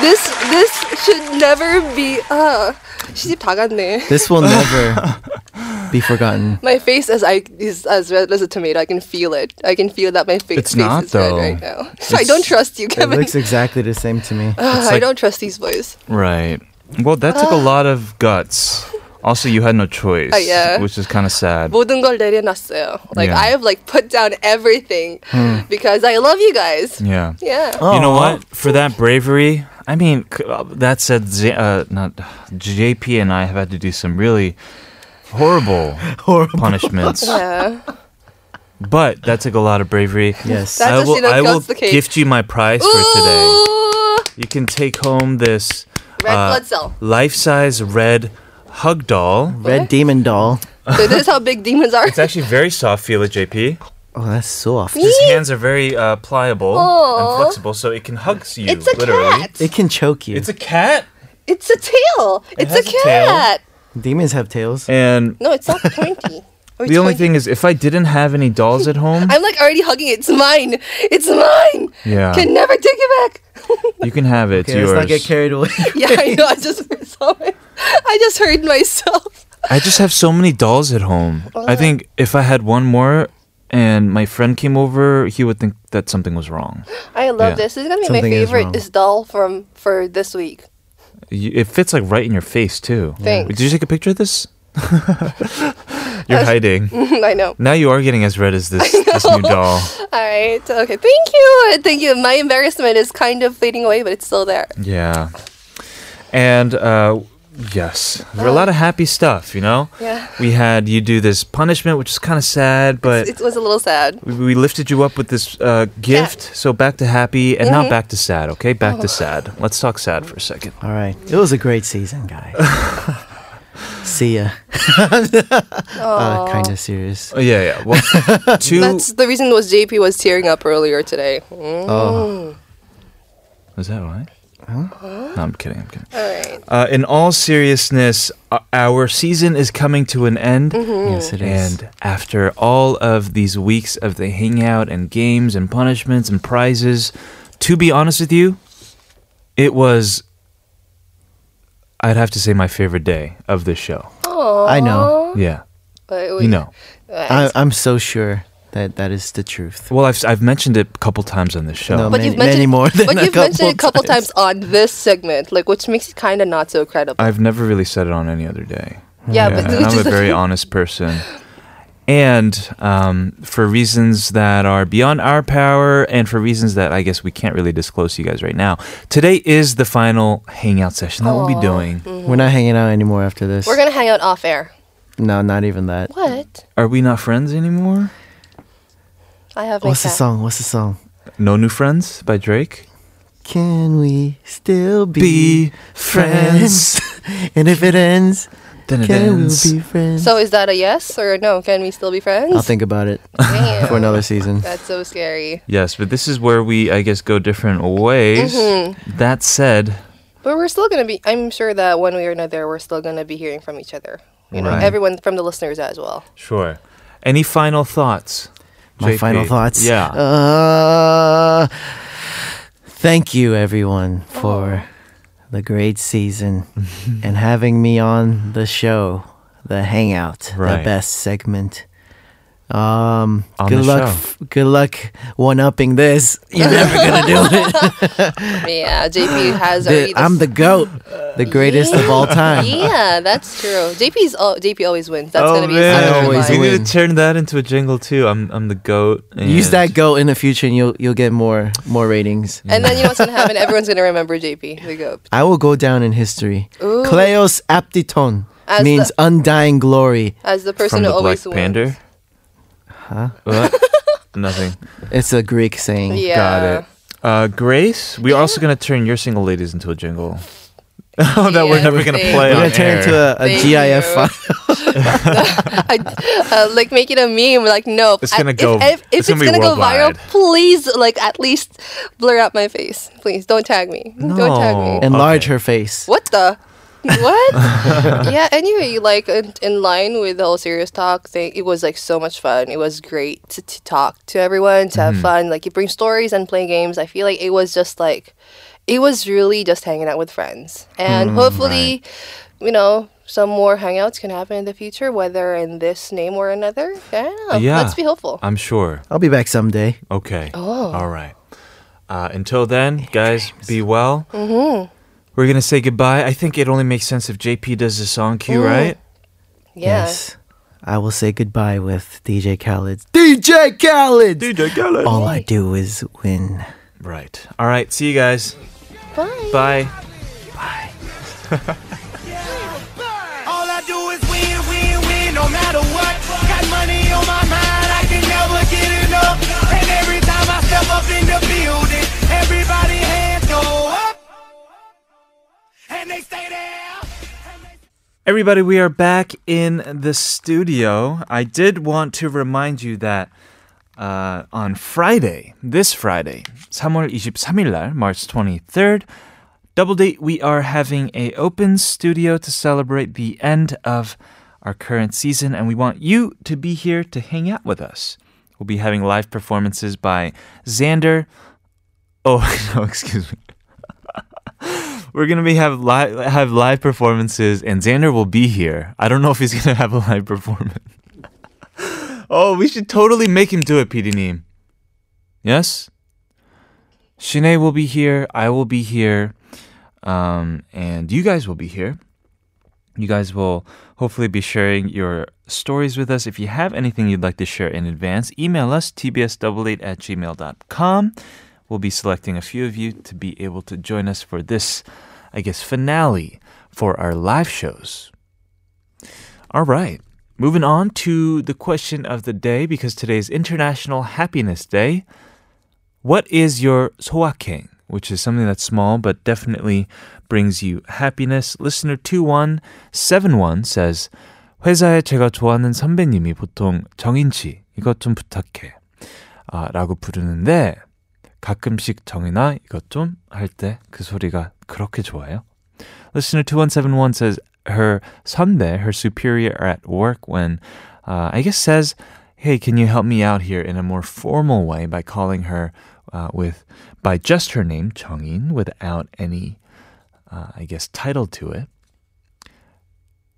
Speaker 7: This this should never be uh 시집 다 갔네.
Speaker 5: This will never be forgotten.
Speaker 7: My face is I is as red as a tomato. I can feel it. I can feel that my face,
Speaker 2: It's
Speaker 7: face
Speaker 2: not,
Speaker 7: is red
Speaker 2: though.
Speaker 7: right now. So I
Speaker 2: It's-
Speaker 7: don't trust you,
Speaker 5: It
Speaker 7: Kevin.
Speaker 5: looks exactly the same to me.
Speaker 7: Ugh, I
Speaker 2: like-
Speaker 7: don't trust these boys.
Speaker 2: right. Well, that took a lot of guts. Also, you had no choice,
Speaker 7: Ah. Uh, yeah.
Speaker 2: which is kind of sad.
Speaker 7: 모든 걸 내려놨어요. Like
Speaker 2: Yeah. Hmm.
Speaker 7: I have like put down everything because I love you guys.
Speaker 2: Yeah.
Speaker 7: Yeah.
Speaker 2: You know
Speaker 7: oh.
Speaker 5: Aw.
Speaker 2: what? For that bravery, I mean, c- uh, that said, Z- uh, not JP and I have had to do some really horrible,
Speaker 5: Horrible.
Speaker 2: punishments,
Speaker 7: Yeah.
Speaker 2: but that took a lot of bravery.
Speaker 5: Yes.
Speaker 7: That
Speaker 2: I
Speaker 7: just,
Speaker 2: will,
Speaker 7: you know,
Speaker 2: I will
Speaker 7: counts the cake.
Speaker 2: gift you my prize for today.
Speaker 7: Ooh,
Speaker 2: You can take home this
Speaker 7: red
Speaker 2: Uh,
Speaker 7: blood cell.
Speaker 2: life-size red hug doll.
Speaker 5: Red demon doll.
Speaker 7: So this is how big demons are.
Speaker 2: It's actually very soft, feel it, JP.
Speaker 5: Oh, that's soft.
Speaker 2: His hands are very uh, pliable and
Speaker 7: Aw.
Speaker 2: flexible, so it can hug you.
Speaker 7: It's a
Speaker 2: literally.
Speaker 7: cat.
Speaker 5: It can choke you.
Speaker 2: It's a cat.
Speaker 7: It's a tail.
Speaker 2: It
Speaker 7: it's
Speaker 2: has
Speaker 7: a
Speaker 2: a tail.
Speaker 7: cat.
Speaker 5: Demons have tails.
Speaker 2: And
Speaker 7: No, it's not pointy. Or
Speaker 2: the only
Speaker 7: pointy.
Speaker 2: thing is, if I didn't have any dolls at home,
Speaker 7: I'm like already hugging it. It's mine. It's mine.
Speaker 2: Yeah.
Speaker 7: Can never take it back.
Speaker 2: you can have it. It's
Speaker 5: Okay, let's
Speaker 2: yours.
Speaker 5: not get carried away.
Speaker 7: yeah, I know. I just saw it. I just heard myself.
Speaker 2: I just have so many dolls at home. I think if I had one more and my friend came over, he would think that something was wrong.
Speaker 7: I love
Speaker 2: Yeah.
Speaker 7: this. This is gonna be
Speaker 5: Something
Speaker 7: my
Speaker 5: is
Speaker 7: favorite
Speaker 5: wrong.
Speaker 7: is doll from for this week.
Speaker 2: You- It fits like right in your face too.
Speaker 7: Thanks.
Speaker 2: Did you take a picture of this? You're hiding.
Speaker 7: I know.
Speaker 2: Now you are getting as red as this this new doll.
Speaker 7: All right. Okay. Thank you. Thank you. My embarrassment is kind of fading away, but it's still there.
Speaker 2: Yeah. And uh yes, there were a lot of happy stuff, you know?
Speaker 7: Yeah.
Speaker 2: We had you do this punishment, which is kind of sad, but
Speaker 7: It was a little sad.
Speaker 2: we- we lifted you up with this uh, gift. So back to happy and not back to sad, okay? Back to sad. Let's talk sad for a second.
Speaker 5: All right. It was a great season, guys. See ya. uh, kind of serious.
Speaker 2: Oh, yeah, yeah. Well, two.
Speaker 7: That's the reason was JP was tearing up earlier today.
Speaker 2: Is that right? No, I'm kidding. I'm kidding.
Speaker 7: All right.
Speaker 2: Uh, in all seriousness, uh, our season is coming to an end.
Speaker 5: Mm-hmm.
Speaker 7: Mm.
Speaker 5: Yes, it is.
Speaker 2: And after all of these weeks of the hangout and games and punishments and prizes, to be honest with you, it was, I'd have to say, my favorite day of this show.
Speaker 5: I know.
Speaker 2: Yeah.
Speaker 7: Wait,
Speaker 2: You know.
Speaker 5: I, I'm so sure that that is the truth.
Speaker 2: Well, I've, I've mentioned it a couple times on this show.
Speaker 5: No,
Speaker 7: But
Speaker 5: many,
Speaker 7: you've mentioned
Speaker 5: many more than
Speaker 7: but
Speaker 5: a
Speaker 7: you've
Speaker 5: couple
Speaker 7: mentioned it a couple
Speaker 5: times. Uh,
Speaker 7: times. on this segment, like which makes it kind of not so credible.
Speaker 2: I've never really said it on any other day.
Speaker 7: yeah,
Speaker 2: Yeah,
Speaker 7: but
Speaker 2: and
Speaker 7: which
Speaker 2: I'm a
Speaker 7: is
Speaker 2: very honest person. And um, for reasons that are beyond our power, and for reasons that I guess we can't really disclose to you guys right now, today is the final hangout session that we'll be doing.
Speaker 5: We're not hanging out anymore after this.
Speaker 7: Mm-hmm. we're gonna hang out off air.
Speaker 5: no, not even that.
Speaker 7: What?
Speaker 2: Are we not friends anymore?
Speaker 7: I have my
Speaker 5: What's the
Speaker 7: cat.
Speaker 5: song? What's the song?
Speaker 2: No New Friends by Drake?
Speaker 5: Can we still be,
Speaker 2: Be friends.
Speaker 5: and if it ends,
Speaker 2: Then it
Speaker 5: Can we
Speaker 2: ends.
Speaker 5: be friends?
Speaker 7: So is that a yes or a no? Can we still be friends?
Speaker 5: I'll think about it
Speaker 7: Damn.
Speaker 5: for another season.
Speaker 7: That's so scary.
Speaker 2: Yes, but this is where we, I guess, go different ways.
Speaker 7: Mhm.
Speaker 5: Mm-hmm.
Speaker 2: That said,
Speaker 7: But we're still gonna be. I'm sure that one way or another, we're still gonna be hearing from each other. You know,
Speaker 2: Right.
Speaker 7: everyone from the listeners as well.
Speaker 2: sure. Any final thoughts?
Speaker 5: My
Speaker 2: JP?
Speaker 5: final thoughts.
Speaker 2: Yeah.
Speaker 5: Uh, thank you, everyone, for the great season and having me on the show, the Hangout,
Speaker 2: Right.
Speaker 5: the best segment. Um,
Speaker 2: On
Speaker 5: good
Speaker 2: the
Speaker 5: luck,
Speaker 2: show.
Speaker 5: f- good luck one upping this. You're never gonna do it.
Speaker 7: Yeah, JP has
Speaker 5: The-
Speaker 7: already.
Speaker 5: I'm the goat, the greatest of all time.
Speaker 7: Yeah, that's true. JP's al- JP always wins. That's gonna be his
Speaker 5: I Oh, always
Speaker 2: we need to
Speaker 5: win.
Speaker 2: turn that into a jingle too. I'm I'm the goat.
Speaker 5: Use
Speaker 2: and-
Speaker 5: that goat in the future, and you'll you'll get more more ratings.
Speaker 7: And then you know what's gonna happen? Everyone's gonna remember JP, the goat.
Speaker 5: I will go down in history.
Speaker 7: Ooh.
Speaker 5: Kleos aptiton
Speaker 7: As
Speaker 5: means
Speaker 7: the-
Speaker 5: undying glory.
Speaker 7: As the
Speaker 2: from
Speaker 7: person
Speaker 2: the
Speaker 7: who always
Speaker 2: Black
Speaker 7: wins.
Speaker 2: Panther.
Speaker 5: Huh?
Speaker 2: What? Nothing.
Speaker 5: It's a Greek saying.
Speaker 7: Yeah.
Speaker 2: Got it. Uh, Grace, we are also gonna turn your single ladies into a jingle. that we're never gonna
Speaker 7: thank
Speaker 2: play. on
Speaker 5: We're gonna turn
Speaker 2: air.
Speaker 5: it into a, a
Speaker 7: Thank
Speaker 5: GIF
Speaker 7: you.
Speaker 5: file.
Speaker 7: I, uh, like make it a meme. Like no,
Speaker 2: It's
Speaker 7: I-
Speaker 2: gonna
Speaker 7: if-
Speaker 2: go-
Speaker 7: If, if
Speaker 2: it's
Speaker 7: it's,
Speaker 2: gonna be
Speaker 7: gonna go
Speaker 2: worldwide.
Speaker 7: viral, please like at least blur out my face. Please don't tag me. Don't tag me.
Speaker 2: No.
Speaker 5: Enlarge her face.
Speaker 7: What the? What? yeah. Anyway, like in, in line with the whole serious talk thing, it was like so much fun. It was great to, to talk to everyone, to have fun. Like you bring stories and play games. I feel like it was just like, it was really just hanging out with friends, and hopefully, you know. Some more hangouts can happen in the future, whether in this name or another. Yeah,
Speaker 2: Yeah. Uh,
Speaker 7: let's be hopeful.
Speaker 2: I'm sure.
Speaker 5: I'll be back someday.
Speaker 2: Okay. Oh. All right. Uh, until then, guys, be well. Mm-hmm. We're gonna say goodbye. I think it only makes sense if JP does the song
Speaker 7: Mm-hmm.
Speaker 2: cue, right?
Speaker 7: Yeah.
Speaker 5: Yes. I will say goodbye with DJ Khaled. DJ Khaled!
Speaker 2: DJ Khaled.
Speaker 5: All I do is win.
Speaker 2: Right. All right. See you guys.
Speaker 7: Bye.
Speaker 2: Bye.
Speaker 3: All I do is win, win, win, no matter what. Got money on my mind, I can never get enough. And every time I step up in the building, everybody hands go up. And they stay there.
Speaker 2: Everybody, we are back in the studio. I did want to remind you that uh, on Friday, this Friday, 3월 23일 날, March 23rd, Double Date, we are having a open studio to celebrate the end of our current season, and we want you to be here to hang out with us. We'll be having live performances by Xander. Oh, no, excuse me. We're gonna be have live have live performances, and Xander will be here. I don't know if he's gonna have a live performance. oh, we should totally make him do it, PD Neem. Yes. Shanae will be here. I will be here, um, and you guys will be here. You guys will hopefully be sharing your stories with us. If you have anything you'd like to share in advance, email us tbs88 at gmail.com. We'll be selecting a few of you to be able to join us for this, I guess, finale for our live shows. All right. Moving on to the question of the day because today's International Happiness Day. What is your 소확행? Which is something that's small but definitely brings you happiness. Listener 2171 says, 회사에 제가 좋아하는 선배님이 보통 정인치, 이것 좀 부탁해. 아, 라고 부르는데, 가끔씩 정이나 이것 좀 할 때 그 소리가 그렇게 좋아요. Listener 2171 says her 선배, her superior at work when uh, I guess says, "Hey, can you help me out here in a more formal way by calling her uh, with by just her name 정인 without any uh, I guess title to it."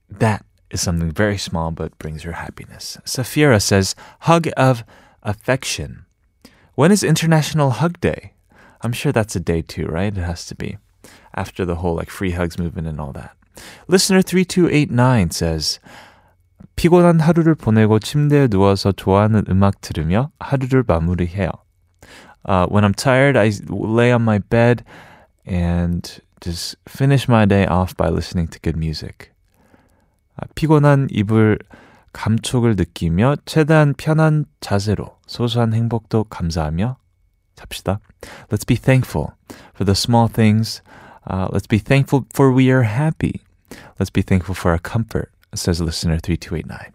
Speaker 2: That is something very small but brings her happiness. Safira says, "Hug of affection." When is International Hug Day? I'm sure that's a day too, right? It has to be. After the whole like free hugs movement and all that. Listener 3289 says 피곤한 하루를 보내고 침대에 누워서 좋아하는 음악 들으며 하루를 마무리해요. Uh, when I'm tired, I lay on my bed and just finish my day off by listening to good music. 아, 피곤한 이불 감촉을 느끼며 최대한 편한 자세로 소소한 행복도 감사하며 잡시다. Let's be thankful for the small things. Uh, let's be thankful for we are happy. Let's be thankful for our comfort, says listener 3289.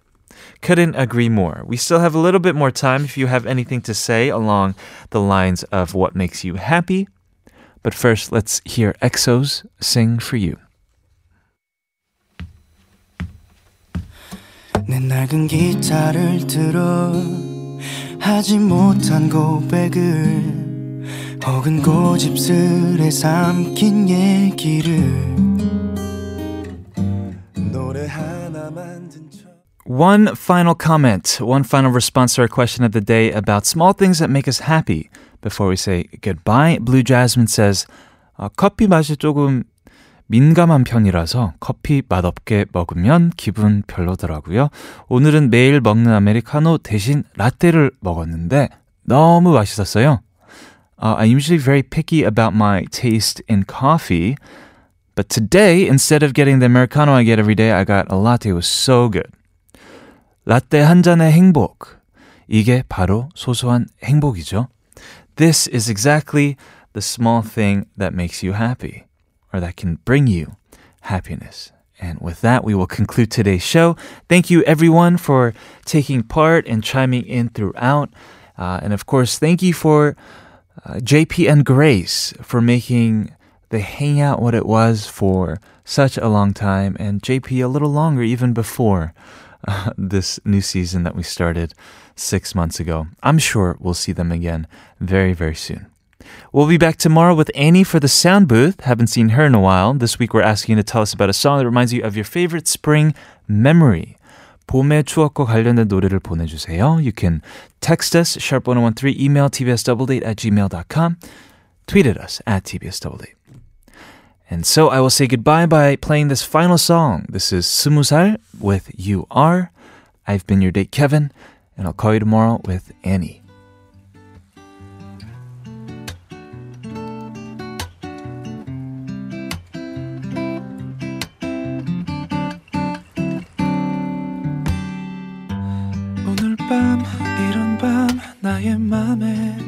Speaker 2: Couldn't agree more. We still have a little bit more time if you have anything to say along the lines of what makes you happy. But first, let's hear EXO's sing for you.
Speaker 13: 내 낡은 기타를 들어 하지 못한 고백을 혹은 고집스레 삼킨 얘기를 노래 하나만 듣
Speaker 2: One final comment, one final response to our question of the day about small things that make us happy. Before we say goodbye, Blue Jasmine says, "아, 커피 맛이 조금 민감한 편이라서 커피 맛없게 먹으면 기분 별로더라고요. 오늘은 매일 먹는 아메리카노 대신 라떼를 먹었는데 너무 맛있었어요. Uh, I'm usually very picky about my taste in coffee, but today, instead of getting the Americano I get every day, I got a latte. It was so good. 라떼 한 잔의 행복. 이게 바로 소소한 행복이죠. This is exactly the small thing that makes you happy, or that can bring you happiness. And with that, we will conclude today's show. Thank you, everyone, for taking part and chiming in throughout. Uh, and of course, thank you for uh, JP and Grace for making the hangout what it was for such a long time, and JP a little longer even before uh, this new season that we started six months ago. I'm sure we'll see them again very, very soon. We'll be back tomorrow with Annie for the sound booth. Haven't seen her in a while. This week we're asking you to tell us about a song that reminds you of your favorite spring memory. 봄의 추억과 관련된 노래를 보내주세요. You can text us, sharp1013, email tbsdoubledate at gmail.com, tweet at us at tbsdoubledate. And so I will say goodbye by playing this final song. This is Sumusal with You Are. I've been your date, Kevin, and I'll call you tomorrow with Annie.
Speaker 13: 오늘 밤 이런 밤 나의 맘에 네